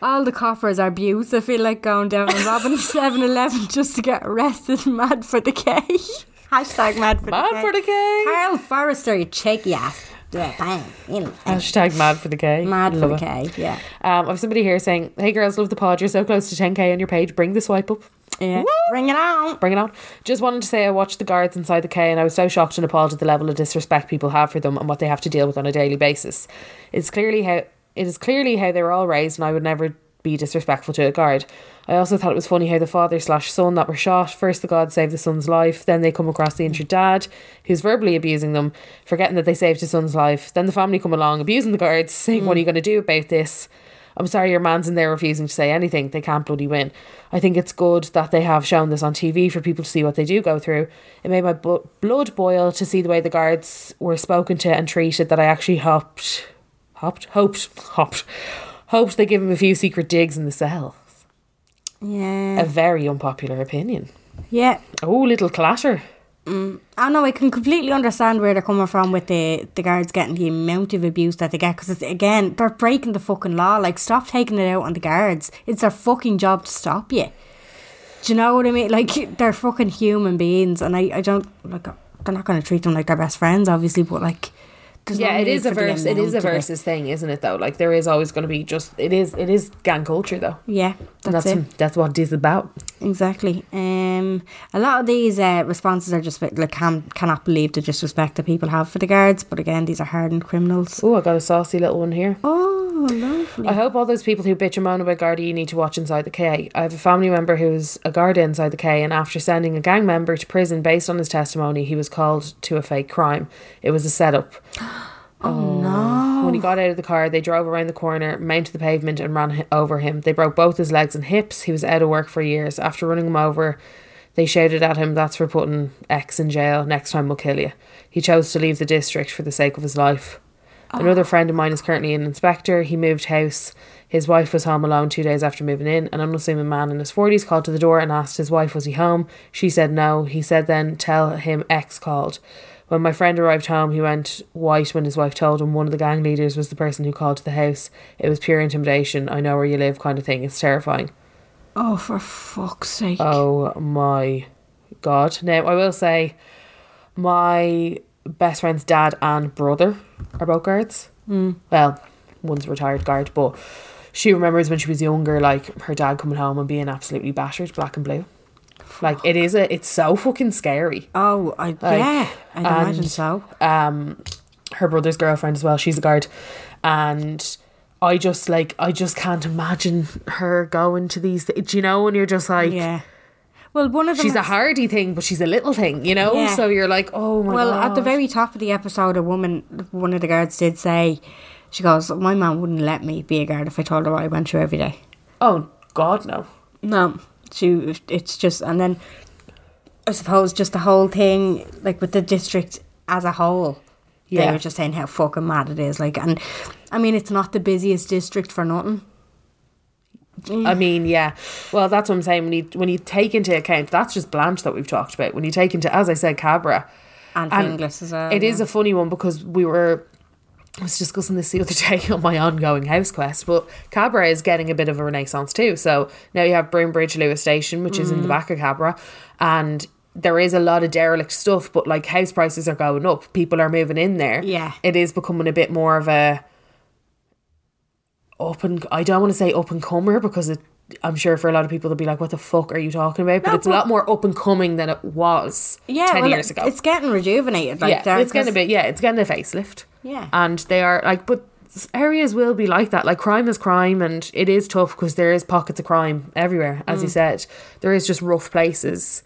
B: All the coppers are beauts. I feel like going down and robbing a 7 Eleven just to get arrested. Mad for the K.
A: [LAUGHS]
B: Hashtag mad for
A: [LAUGHS]
B: the K.
A: Mad for the K.
B: Carl Forrester, you cheeky ass. Yeah, bang. You know, bang.
A: Hashtag mad for the K.
B: Mad for
A: Oh, Love
B: the
A: it.
B: K. Yeah.
A: Um, I have somebody here saying, "Hey girls, love the pod. You're so close to 10k on your page. Bring the swipe up.
B: yeah. Bring it on.
A: Bring it on." Just wanted to say, I watched the guards inside the K, and I was so shocked and appalled at the level of disrespect people have for them and what they have to deal with on a daily basis. It's clearly how it is clearly how they were all raised, and I would never be disrespectful to a guard. I also thought it was funny how the father slash son that were shot first the god saved the son's life, then they come across the injured dad who's verbally abusing them, forgetting that they saved his son's life. Then the family come along abusing the guards, saying, "What are you going to do about this?" I'm sorry, your man's in there refusing to say anything. They can't bloody win. I think it's good that they have shown this on TV for people to see what they do go through. It made my bu- blood boil to see the way the guards were spoken to and treated. That I actually hopped, hopped, hoped, [LAUGHS] hopped, hoped they give him a few secret digs in the cell.
B: Yeah.
A: A very unpopular opinion.
B: Yeah.
A: Oh, little clatter.
B: I know I can completely understand where they're coming from with the, the guards getting the amount of abuse that they get because again they're breaking the fucking law. Like stop taking it out on the guards. It's their fucking job to stop you. Do you know what I mean? Like they're fucking human beings, and I, I don't like they're not going to treat them like their best friends, obviously. But like, there's no
A: yeah, it
B: need
A: is a
B: for the
A: verse. It is
B: amount
A: a
B: of it.
A: versus thing, isn't it? Though, like there is always going to be just it is it is gang culture though.
B: Yeah,
A: And
B: that's, it.
A: that's that's what it is about.
B: Exactly. Um, a lot of these uh, responses are just a bit, like can, cannot believe the disrespect that people have for the guards. But again, these are hardened criminals.
A: Oh, I got a saucy little one here.
B: Oh, lovely.
A: I hope all those people who bitch and moan about Gardaí need to watch Inside the K. I have a family member who's a Garda inside the K, and after sending a gang member to prison based on his testimony, he was called to a fake crime. It was a setup. Oh, no. When he got out of the car, they drove around the corner, mounted the pavement, and ran hi- over him. They broke both his legs and hips. He was out of work for years. After running him over, they shouted at him, That's for putting X in jail. Next time we'll kill you. He chose to leave the district for the sake of his life. Another friend of mine is currently an inspector. He moved house. His wife was home alone two days after moving in. An unassuming man in his 40s called to the door and asked his wife, Was he home? She said no. He said then, Tell him X called. When my friend arrived home, he went white when his wife told him one of the gang leaders was the person who called to the house. It was pure intimidation. I know where you live, kind of thing. It's terrifying.
B: Oh, for fuck's sake.
A: Oh my god. Now, I will say my best friend's dad and brother are both guards. Mm. Well, one's a retired guard, but she remembers when she was younger, like her dad coming home and being absolutely battered, black and blue. Like it is a, it's so fucking scary.
B: Oh, I, yeah. I'd imagine
A: and-
B: so.
A: Um, her brother's girlfriend as well. She's a guard, and I just like I just can't imagine her going to these. Th- do you know? And you're just like,
B: Yeah. Well, one of them
A: she's a
B: has-
A: hardy thing, but she's a little thing, you know.
B: Yeah.
A: So you're like, oh my
B: Well,
A: god.
B: at the very top of the episode, a woman, one of the guards did say, she goes, My mum wouldn't let me be a guard if I told her what I went through every day.
A: oh god, no.
B: No. She, it's just, and then I suppose just the whole thing, like with the district as a whole. They
A: Yeah.
B: were just saying how fucking mad it is. Like, and I mean, it's not the busiest district for nothing.
A: I mean, yeah. Well, that's what I'm saying. When you when you take into account, that's just Blanche that we've talked about. When you take into, as I said, Cabra,
B: And,
A: And
B: Finglas as well.
A: It is
B: yeah.
A: a funny one because we were I was discussing this the other [LAUGHS] day on my ongoing house quest, but Cabra is getting a bit of a renaissance too. So now you have Broomridge Lewis Station, which is in the
B: Mm.
A: back of Cabra, and there is a lot of derelict stuff, but like house prices are going up. People are moving in there.
B: Yeah.
A: It is becoming a bit more of a up and I don't want to say up and comer because it I'm sure for a lot of people they'll be like, What the fuck are you talking about? But
B: No,
A: it's a
B: but-
A: lot more up and coming than it was
B: yeah,
A: ten
B: well,
A: years ago
B: It's getting rejuvenated. Like,
A: yeah,
B: there,
A: it's getting a
B: 'cause-
A: bit. Yeah, it's getting a facelift.
B: Yeah.
A: and they are like, but s- areas will be like that. Like crime is crime, and it is tough because there is pockets of crime everywhere. As you said, there is just rough places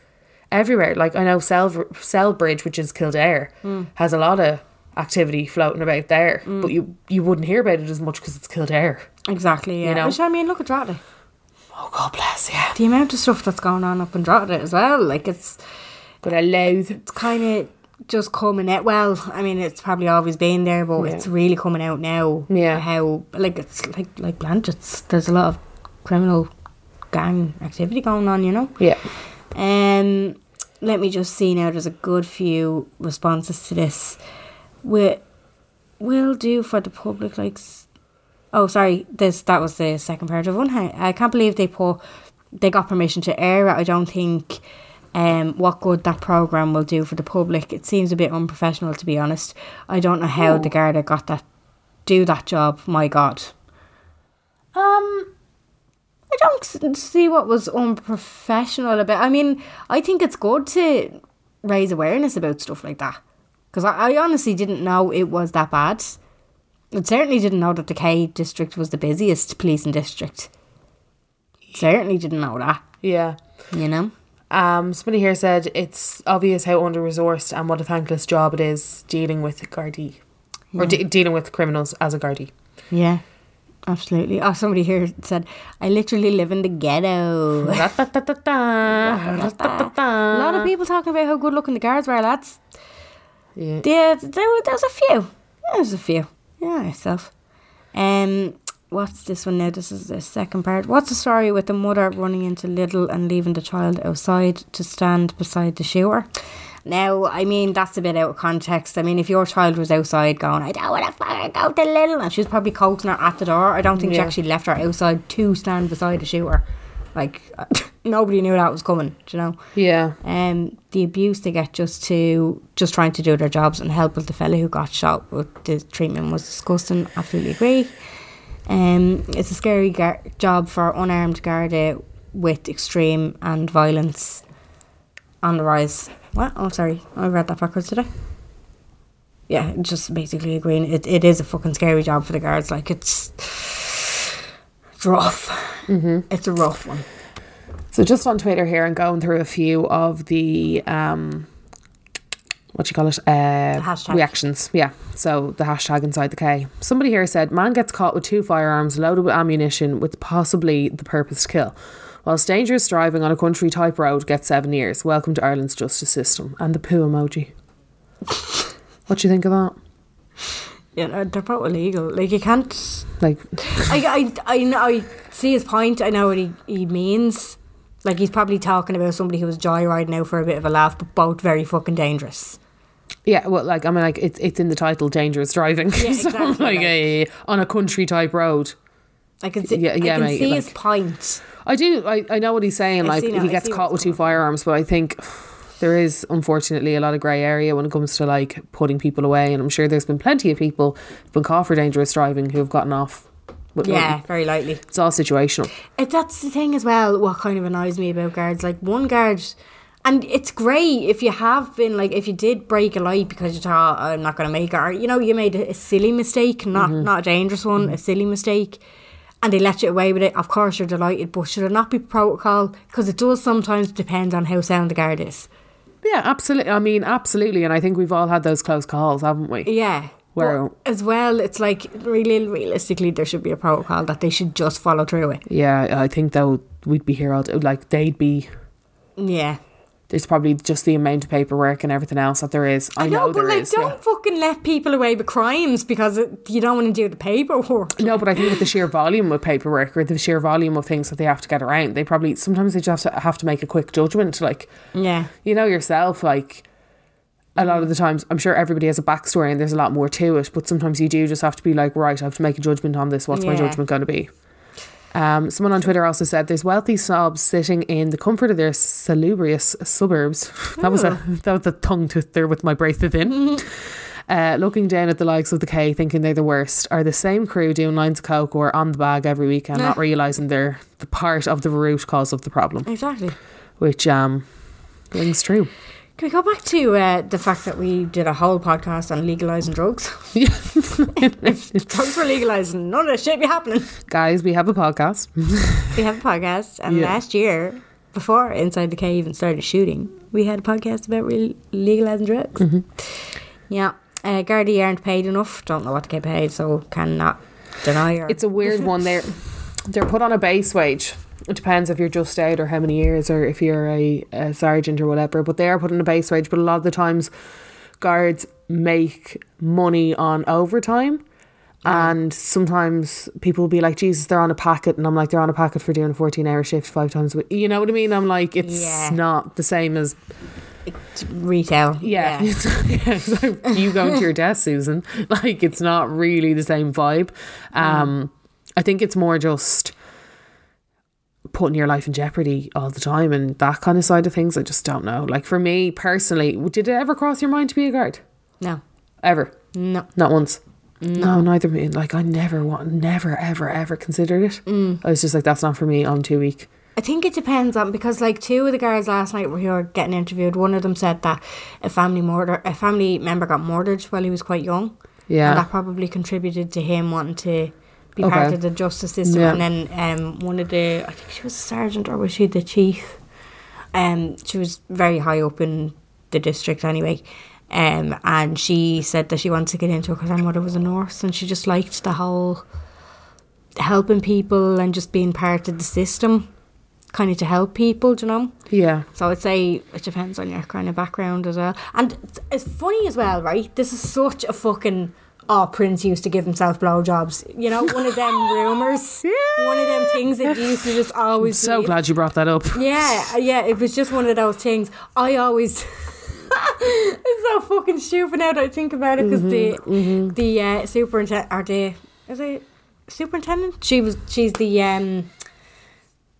A: everywhere. Like I know Sel- Selbridge, which is Kildare, has a lot of activity floating about there, but you you wouldn't hear about it as much because it's Kildare.
B: Exactly, yeah.
A: know?
B: Which, I mean, look at Drogheda.
A: Oh God bless yeah.
B: the amount of stuff that's going on up in Drogheda as well, like it's
A: But I loathe.
B: it's kind of just coming out. Well, I mean, it's probably always been there, but it's really coming out now.
A: Yeah.
B: how like it's like like Blanche, it's there's a lot of criminal gang activity going on, you know.
A: Yeah.
B: Um, let me just see now. There's a good few responses to this. We will do for the public like. s- Oh, sorry. This that was the second part of one. I, I can't believe they put they got permission to air it. I don't think. Um, what good that program will do for the public? It seems a bit unprofessional, to be honest. I don't know how the Garda got that do that job. My God. Um, I don't s- see what was unprofessional about. I mean, I think it's good to raise awareness about stuff like that because I, I honestly didn't know it was that bad. I certainly didn't know that the K district was the busiest policing district. Certainly didn't know that.
A: Yeah.
B: You know.
A: Um, somebody here said it's obvious how under resourced and what a thankless job it is dealing with Gardaí or de- dealing with criminals as a Gardaí.
B: Yeah. Absolutely. Oh, somebody here said, I literally live in the ghetto.
A: Da, da, da, da, da, da, da,
B: A
A: da.
B: lot of people talking about how good looking the guards were, lads.
A: Yeah.
B: Yeah, there, were- there was a few. There was a few. Yeah, yourself. Um, what's this one now? This is the second part. What's the story with the mother running into Little and leaving the child outside to stand beside the shooter? Now, I mean, that's a bit out of context. I mean, if your child was outside going, I don't want to fucking go to Little, and she was probably coaxing her at the door, I don't think she
A: Yeah.
B: actually left her outside to stand beside the shooter. Like, [LAUGHS] nobody knew that was coming, do you know?
A: Yeah.
B: um, the abuse they get just to just trying to do their jobs and help with the fella who got shot with the treatment was disgusting absolutely agree um, it's a scary gar- job for unarmed Garda with extreme and violence on the rise what oh sorry I read that backwards today yeah just basically agreeing it, it is a fucking scary job for the guards like it's it's rough it's a rough one
A: So just on Twitter here and going through a few of the um what do you call it? Uh,
B: hashtag.
A: reactions. Yeah. So the hashtag inside the K. Somebody here said, "Man gets caught with two firearms loaded with ammunition, with possibly the purpose to kill." Whilst dangerous driving on a country type road gets seven years. Welcome to Ireland's justice system. And the poo emoji. what do you think of that?
B: you know, they're both illegal like you can't
A: Like,
B: I, I, I, kn- I see his point. I know what he, he means. Like, he's probably talking about somebody who was joyriding out for a bit of a laugh, but both very fucking dangerous.
A: yeah, well, like I mean, like it's it's in the title, dangerous driving. [LAUGHS] so,
B: exactly,
A: like,
B: like-
A: eh, on a country type road.
B: I can see,
A: Yeah, yeah,
B: I can
A: mate,
B: see his
A: like-
B: point.
A: I do. I, I know what he's saying.
B: I
A: like
B: see now,
A: he
B: I
A: gets
B: see
A: caught
B: what's
A: with two firearms, but I think there is unfortunately a lot of grey area when it comes to like putting people away. And I'm sure there's been plenty of people who've been caught for dangerous driving who have gotten off. With
B: Yeah,
A: nothing.
B: very likely.
A: it's all situational.
B: It, that's the thing as well. What kind of annoys me about guards, like one guard, and it's great if you have been like if you did break a light because you thought "Oh, I'm not gonna make it, or you know you made a a silly mistake, not not a dangerous one, a silly mistake, and they let you away with it. Of course you're delighted, but should it not be protocol? Because it does sometimes depend on how sound the guard is.
A: Yeah, absolutely. I mean, absolutely. And I think we've all had those close calls, haven't we?
B: Yeah.
A: Where-
B: But as well, it's like really realistically there should be a protocol that they should just follow through with.
A: Yeah, I think though we'd be here all day. Like they'd be.
B: Yeah.
A: There's probably just the amount of paperwork and everything else that there is. I,
B: I know,
A: there
B: but like,
A: is,
B: don't
A: yeah.
B: fucking let people away with crimes because it, you don't want to do the paperwork.
A: No, but I think with the sheer volume of paperwork or the sheer volume of things that they have to get around, they probably sometimes they just have to, have to make a quick judgment. Like,
B: Yeah,
A: you know yourself, like a lot of the times, I'm sure everybody has a backstory and there's a lot more to it, but sometimes you do just have to be like, right, I have to make a judgment on this. What's my
B: Yeah.
A: judgment going to be? Um, someone on Twitter also said there's wealthy snobs sitting in the comfort of their salubrious suburbs. [LAUGHS] That was a that was a tongue twister with my braces in.
B: Mm-hmm.
A: Uh, looking down at the likes of the K, thinking they're the worst, are the same crew doing lines of coke or on the bag every weekend, not realizing they're the part of the root cause of the problem,
B: exactly.
A: which um, rings true.
B: Can we go back to uh, the fact that we did a whole podcast on legalizing drugs? [LAUGHS] if drugs were legalized, none of this shit be happening.
A: Guys, we have a podcast.
B: We have a podcast, and
A: Yeah.
B: last year, before Inside the K even started shooting, we had a podcast about re- legalizing drugs. Mm-hmm. Yeah, uh, Gardaí aren't paid enough. Don't know what to get paid, so cannot deny. Or
A: It's a weird one. They're they're put on a base wage. It depends if you're just out or how many years or if you're a, a sergeant or whatever. But they are put on a base wage. But a lot of the times, guards make money on overtime. And sometimes people will be like, Jesus, they're on a packet. And I'm like, they're on a packet for doing a 14 hour shift five times a week. You know what I mean? I'm like, it's
B: Yeah.
A: not the same as
B: retail.
A: [LAUGHS] yeah, It's like you going to your desk, Susan. [LAUGHS] Like it's not really the same vibe. Um, I think it's more just putting your life in jeopardy Oh, all the time and that kind of side of things. I just don't know. Like for me personally, w- did it ever cross your mind to be a guard?
B: No.
A: Ever?
B: No.
A: Not once. No, neither me. Like I never want, never, ever, ever considered it. I was just like, that's not for me. I'm too weak.
B: I think it depends on because like two of the guards last night were here getting interviewed. One of them said that a family murder, a family member got murdered while he was quite young.
A: Yeah.
B: and that probably contributed to him wanting to be part
A: Okay.
B: of the justice system.
A: Yeah.
B: And then um, one of the I think she was a sergeant or was she the chief? Um, she was very high up in the district anyway. Um, and she said that she wanted to get into it because her mother was a nurse and she just liked the whole helping people and just being part of the system, kind of to help people, do you know?
A: Yeah.
B: So I'd say it depends on your kind of background as well. And it's- it's funny as well, right? This is such a fucking. Oh, Prince used to give himself blowjobs. You know, one of them rumours. One of them things that you used to just always
A: So
B: be-
A: glad you brought that up.
B: yeah, uh, yeah, it was just one of those things. I always. [LAUGHS] it's so fucking stupid now that I think about it because the the uh, superintendent or the is it superintendent? She was she's the um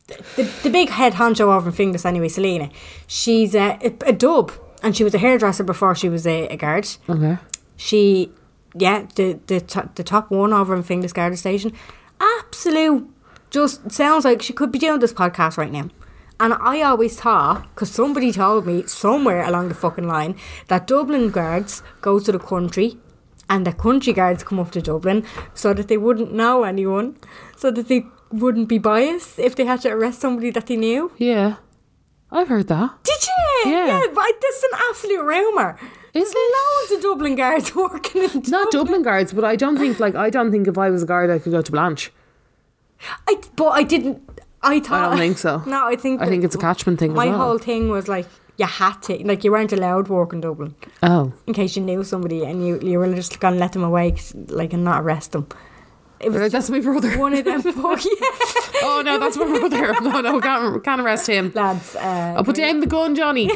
B: the, the big head honcho over in Finglas anyway, Selena. She's a, a, a dub and she was a hairdresser before she was a, a guard
A: Okay.
B: she yeah the the to- the top one over in Finglas Garda Station absolute just sounds like she could be doing this podcast right now and I always thought because somebody told me somewhere along the fucking line that Dublin guards go to the country and the country guards come up to Dublin so that they wouldn't know anyone so that they wouldn't be biased if they had to arrest somebody that they knew
A: Yeah. I've heard that.
B: did you?
A: Yeah.
B: but I- this is an absolute rumour
A: Is
B: there's
A: it?
B: loads of Dublin guards [LAUGHS] working in
A: Not Dublin guards, but I don't think like I don't think if I was a guard I could go to Blanche.
B: I but I didn't. I thought.
A: I don't think so.
B: [LAUGHS] No, I think
A: I think it's a catchment thing as
B: My
A: well.
B: whole thing was like you had to, like you weren't allowed to work in Dublin
A: Oh,
B: in case you knew somebody and you you were just gonna let them away, 'cause, like and not arrest them. It was
A: They're like, that's my brother.
B: one
A: [LAUGHS]
B: of them fuck yeah.
A: Oh no, that's my brother. No, no, can't can't arrest him.
B: [LAUGHS] lads. Uh,
A: [LAUGHS] I'll put down the gun, Johnny.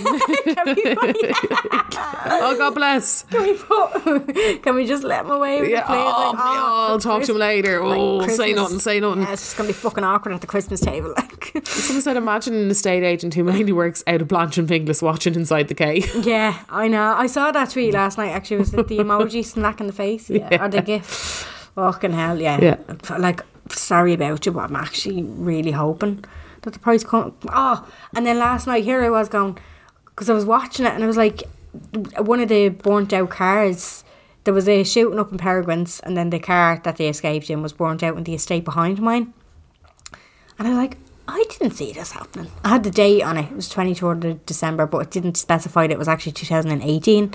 A: oh God bless.
B: [LAUGHS] can we put, [LAUGHS] can we just let him away? with
A: Yeah,
B: the plane? It's
A: oh,
B: like, oh,
A: I'll talk to him later.
B: like
A: Oh, say
B: Christmas.
A: nothing, say nothing.
B: Yeah, it's just gonna be fucking awkward at the Christmas table. [LAUGHS] Like,
A: Someone said, imagine an estate agent who mainly works out of Blanche and Finglas watching inside the K.
B: yeah, I know. I saw that tweet last night. Actually, was it the emoji smack in the face? Yeah, or the gif? Fucking hell, yeah.
A: Yeah.
B: Like, sorry about you, but I'm actually really hoping that the price come. Oh, and then last night here I was going because I was watching it and I was like, one of the burnt out cars. There was a shooting up in Peregrines, and then the car that they escaped in was burnt out in the estate behind mine. And I was like, I didn't see this happening. I had the date on it. It was 23rd of December, but it didn't specify that it was actually 2018. Um,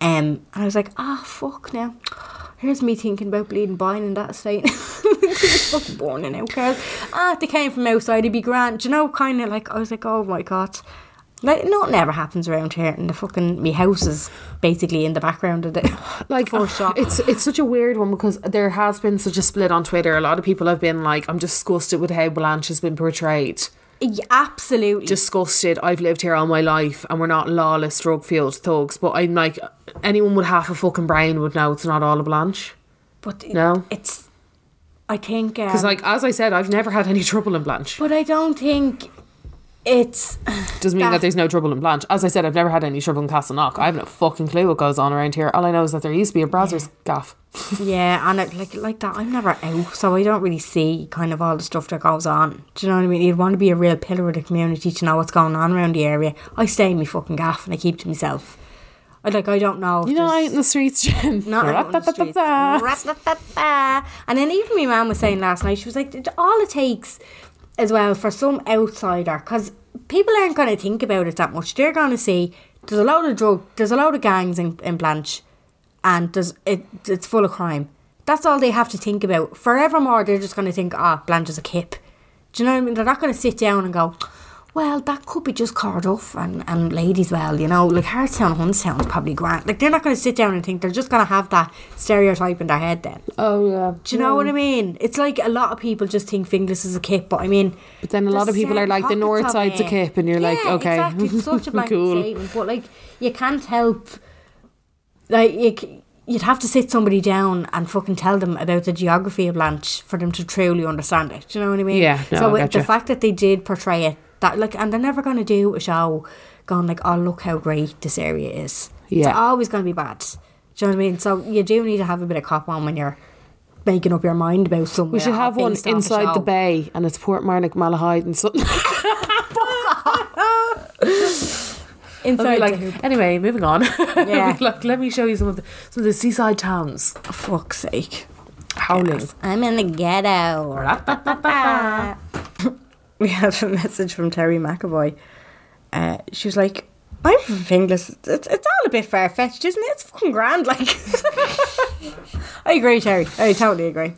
B: and I was like, ah, fuck now. Here's me thinking about bleeding buying in that state. [LAUGHS] fucking born in outcast. Ah, if they came from outside, it'd be grand. Do you know, kind of like, I was like, oh my God. Like, nothing ever happens around here, and the fucking, me house is basically in the [LAUGHS] background of the
A: [LAUGHS] like oh,
B: full shop.
A: it's it's such a weird one because there has been such a split on Twitter. A lot of people have been like, "I'm disgusted with how Blanche has been portrayed.
B: Yeah, absolutely.
A: Disgusted. I've lived here all my life, and we're not lawless, drug fueled thugs." But I'm like, anyone with half a fucking brain would know it's not all a Blanche.
B: but it-
A: No.
B: it's, I think. Um,
A: Because, like as I said, I've never had any [LAUGHS] trouble in Blanche.
B: But I don't think it's.
A: Doesn't mean that,
B: that-
A: there's no trouble in Blanche. As I said, I've never had any trouble in Castleknock. I have no fucking clue what goes on around here. All I know is that there used to be a Brazzers gaff. [LAUGHS]
B: Yeah, and it, like like that, I'm never out, so I don't really see kind of all the stuff that goes on. Do you know what I mean? You'd want to be a real pillar of the community to know what's going on around the area. I stay in my fucking gaff and I keep to myself. I like I don't know. if
A: You know,
B: there's-
A: out in the streets, Jen.
B: not out on the streets. Ra-ta-ta-ta. And then even my mum was saying last night, she was like, "It- all it takes as well for some outsider, because people aren't going to think about it that much. They're going to see there's a load of drug, there's a load of gangs in, in Blanche, and there's it, it's full of crime. That's all they have to think about. Forevermore, they're just going to think, ah, Blanche is a kip. Do you know what I mean? They're not going to sit down and go, well, that could be just card off and, and ladies well, you know, like Hardtown Hunstown's probably grand. Like they're not gonna sit down and think they're just gonna have that stereotype in their head then.
A: Oh yeah.
B: Do you know what I mean? It's like a lot of people just think Finglas is a kip, but I mean
A: But then a lot of people are like the north side's a kip, and you're like,
B: Yeah,
A: okay,
B: Exactly.
A: [LAUGHS]
B: It's such a blanket
A: cool.
B: statement. But like you can't help like you c- you'd have to sit somebody down and fucking tell them about the geography of Blanche for them to truly understand it. Do you know what I mean?
A: Yeah, no, I
B: so it-
A: gotcha.
B: the fact that they did portray it that like and they're never gonna do a show going like, Oh look how great this area is.
A: Yeah.
B: It's always gonna be bad. Do you know what I mean? So you do need to have a bit of cop on when you're making up your mind about somewhere.
A: We should have one
B: based off a
A: inside the
B: show.
A: bay, and it's Port Marnock, Malahide, and something. [LAUGHS]
B: Inside
A: like,
B: the hoop.
A: anyway, moving on. [LAUGHS]
B: Yeah.
A: like, let me show you some of the some of the seaside towns.
B: For fuck's sake.
A: Howling.
B: I'm in the ghetto. [LAUGHS] we have a message from Terry McAvoy. Uh, she was like, I'm from Finglas. It's, it's all a bit far fetched, isn't it? It's fucking grand. Like, [LAUGHS] I agree, Terry. I totally agree.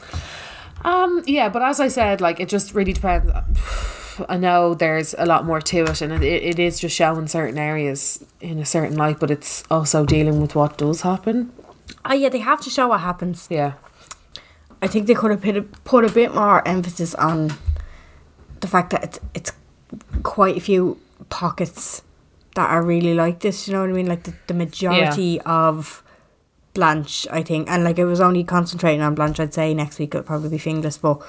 A: Um, yeah, but as I said, like it just really depends. [SIGHS] I know there's a lot more to it, and it, it is just showing certain areas in a certain light, but it's also dealing with what does happen.
B: Oh, yeah, they have to show what happens.
A: Yeah,
B: I think they could have put a, put a bit more emphasis on the fact that it's, it's quite a few pockets that are really like this. You know what I mean? Like the, the majority of Blanche, I think, and like it was only concentrating on Blanche. I'd say next week it'll probably be Fingless, but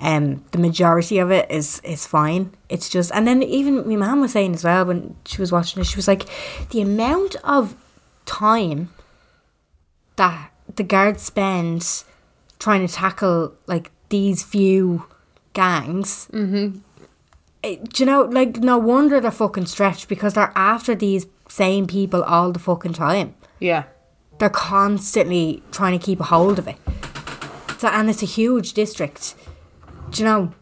B: um, the majority of it is is fine. It's just, and then even my mum was saying as well when she was watching it, she was like, the amount of time that the guards spend trying to tackle like these few gangs. Mm-hmm. do you know, like, no wonder they're fucking stretched because they're after these same people all the fucking time.
A: yeah,
B: They're constantly trying to keep a hold of it. So, and it's a huge district. Do you know,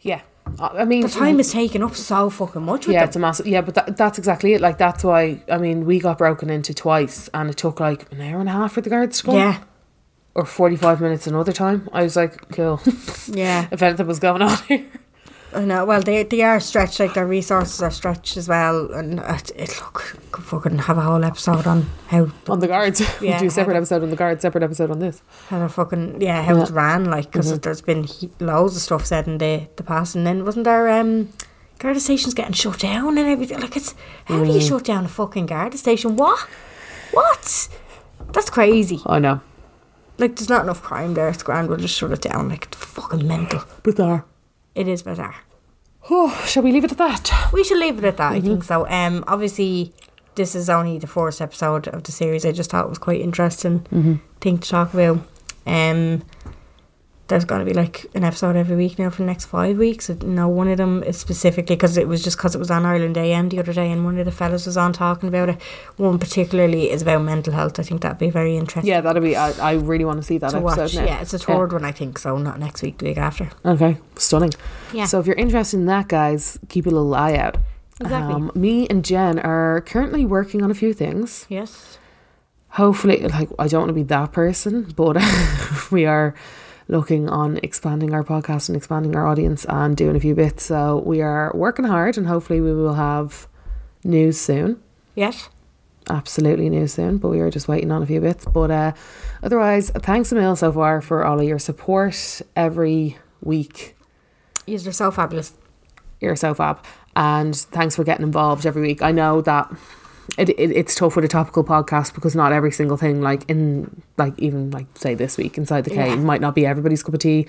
A: yeah. I I mean,
B: the time is taken up so fucking much with
A: yeah,
B: them.
A: it's a massive. Yeah, but that, that's exactly it. Like that's why I mean we got broken into twice, and it took like an hour and a half for the guards to come.
B: Yeah.
A: or forty five minutes another time. I was like, cool.
B: [LAUGHS] Yeah.
A: if anything was going on here.
B: I know. Well, they they are stretched. Like their resources are stretched as well. And it, it look could fucking have a whole episode on how
A: on the guards. [LAUGHS]
B: Yeah,
A: we do a separate
B: how-
A: episode on the guards, separate episode on this.
B: how the fucking yeah how it ran. Like because there's been he- loads of stuff said in the the past, and then wasn't there um. Garda stations getting shut down and everything. Like it's how do you shut down a fucking Garda station? What? What? That's crazy.
A: I know.
B: Like there's not enough crime there. It's grand. We'll just shut it down. Like it's fucking mental.
A: Bizarre.
B: It is bizarre.
A: Oh, shall we leave it at that? Mm-hmm.
B: We should leave it at that. I think so. Um, obviously, this is only the fourth episode of the series. I just thought it was quite interesting
A: Mm-hmm.
B: thing to talk about. Um, there's going to be like an episode every week now for the next five weeks. No one of them is specifically because it was just because it was on Ireland AM the other day, and one of the fellas was on talking about it. One particularly is about mental health. I think that'd be very interesting.
A: Yeah, that'll be. I, I really want to see that
B: To
A: episode
B: watch,
A: now.
B: yeah, it's a third one, I think. So not next week, the week after.
A: Okay, stunning.
B: Yeah.
A: So if you're interested in that, guys, keep a little eye out. Um,
B: Exactly.
A: me and Jen are currently working on a few things.
B: Yes,
A: hopefully like i don't want to be that person but [LAUGHS] we are looking on expanding our podcast and expanding our audience and doing a few bits so we are working hard and hopefully we will have news soon
B: yes.
A: absolutely news soon but we are just waiting on a few bits but uh otherwise thanks a mil so far for all of your support every week
B: You're so fabulous.
A: you're so fab and thanks for getting involved every week i know that it, it, it's tough with a topical podcast because not every single thing like in like even like say this week inside the cave might not be everybody's cup of tea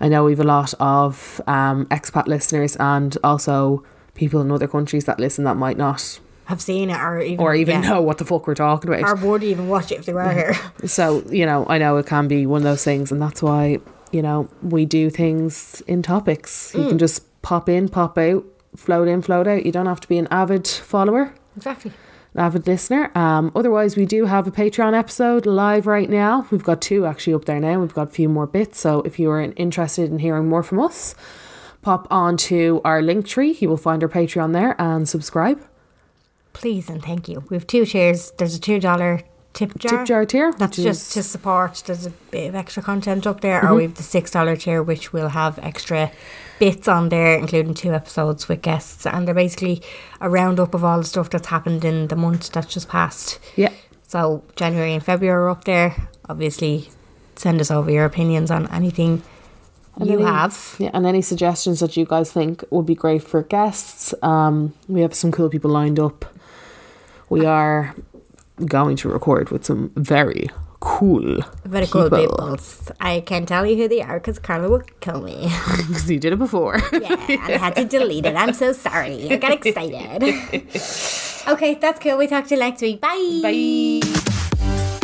A: i know we've a lot of um expat listeners and also people in other countries that listen that might not
B: Have seen it or even
A: or even
B: yeah.
A: know Mm-hmm. what the fuck we're talking about
B: or would even watch it if they were here.
A: so you know i know it can be one of those things and that's why you know we do things in topics you
B: Mm.
A: can just pop in pop out float in float out you don't have to be an avid follower
B: Exactly.
A: an avid listener um otherwise we do have a patreon episode live right now we've got two actually up there now we've got a few more bits so if you are interested in hearing more from us pop on to our link tree you will find our patreon there and subscribe
B: Please and thank you. We have two tiers. There's a two dollar tip jar.
A: tip jar tier
B: That's
A: which
B: just
A: is-
B: to Mm-hmm. support. There's a bit of extra content up there, or we have the six dollar tier, which will have extra bits on there, including two episodes with guests, and they're basically a roundup of all the stuff that's happened in the month that's just passed.
A: yeah
B: So January and February are up there. Obviously, send us over your opinions on anything you
A: any-
B: have.
A: Yeah, and any suggestions that you guys think would be great for guests. Um, we have some cool people lined up. We are going to record with some very cool
B: Very cool
A: [LAUGHS]
B: people. I can't tell you who they are because Carla will kill me. [LAUGHS]
A: because you did it before.
B: Yeah, and I had to delete it. I'm so sorry. I got excited. okay, that's cool. We talk to you next week. Bye.
A: Bye.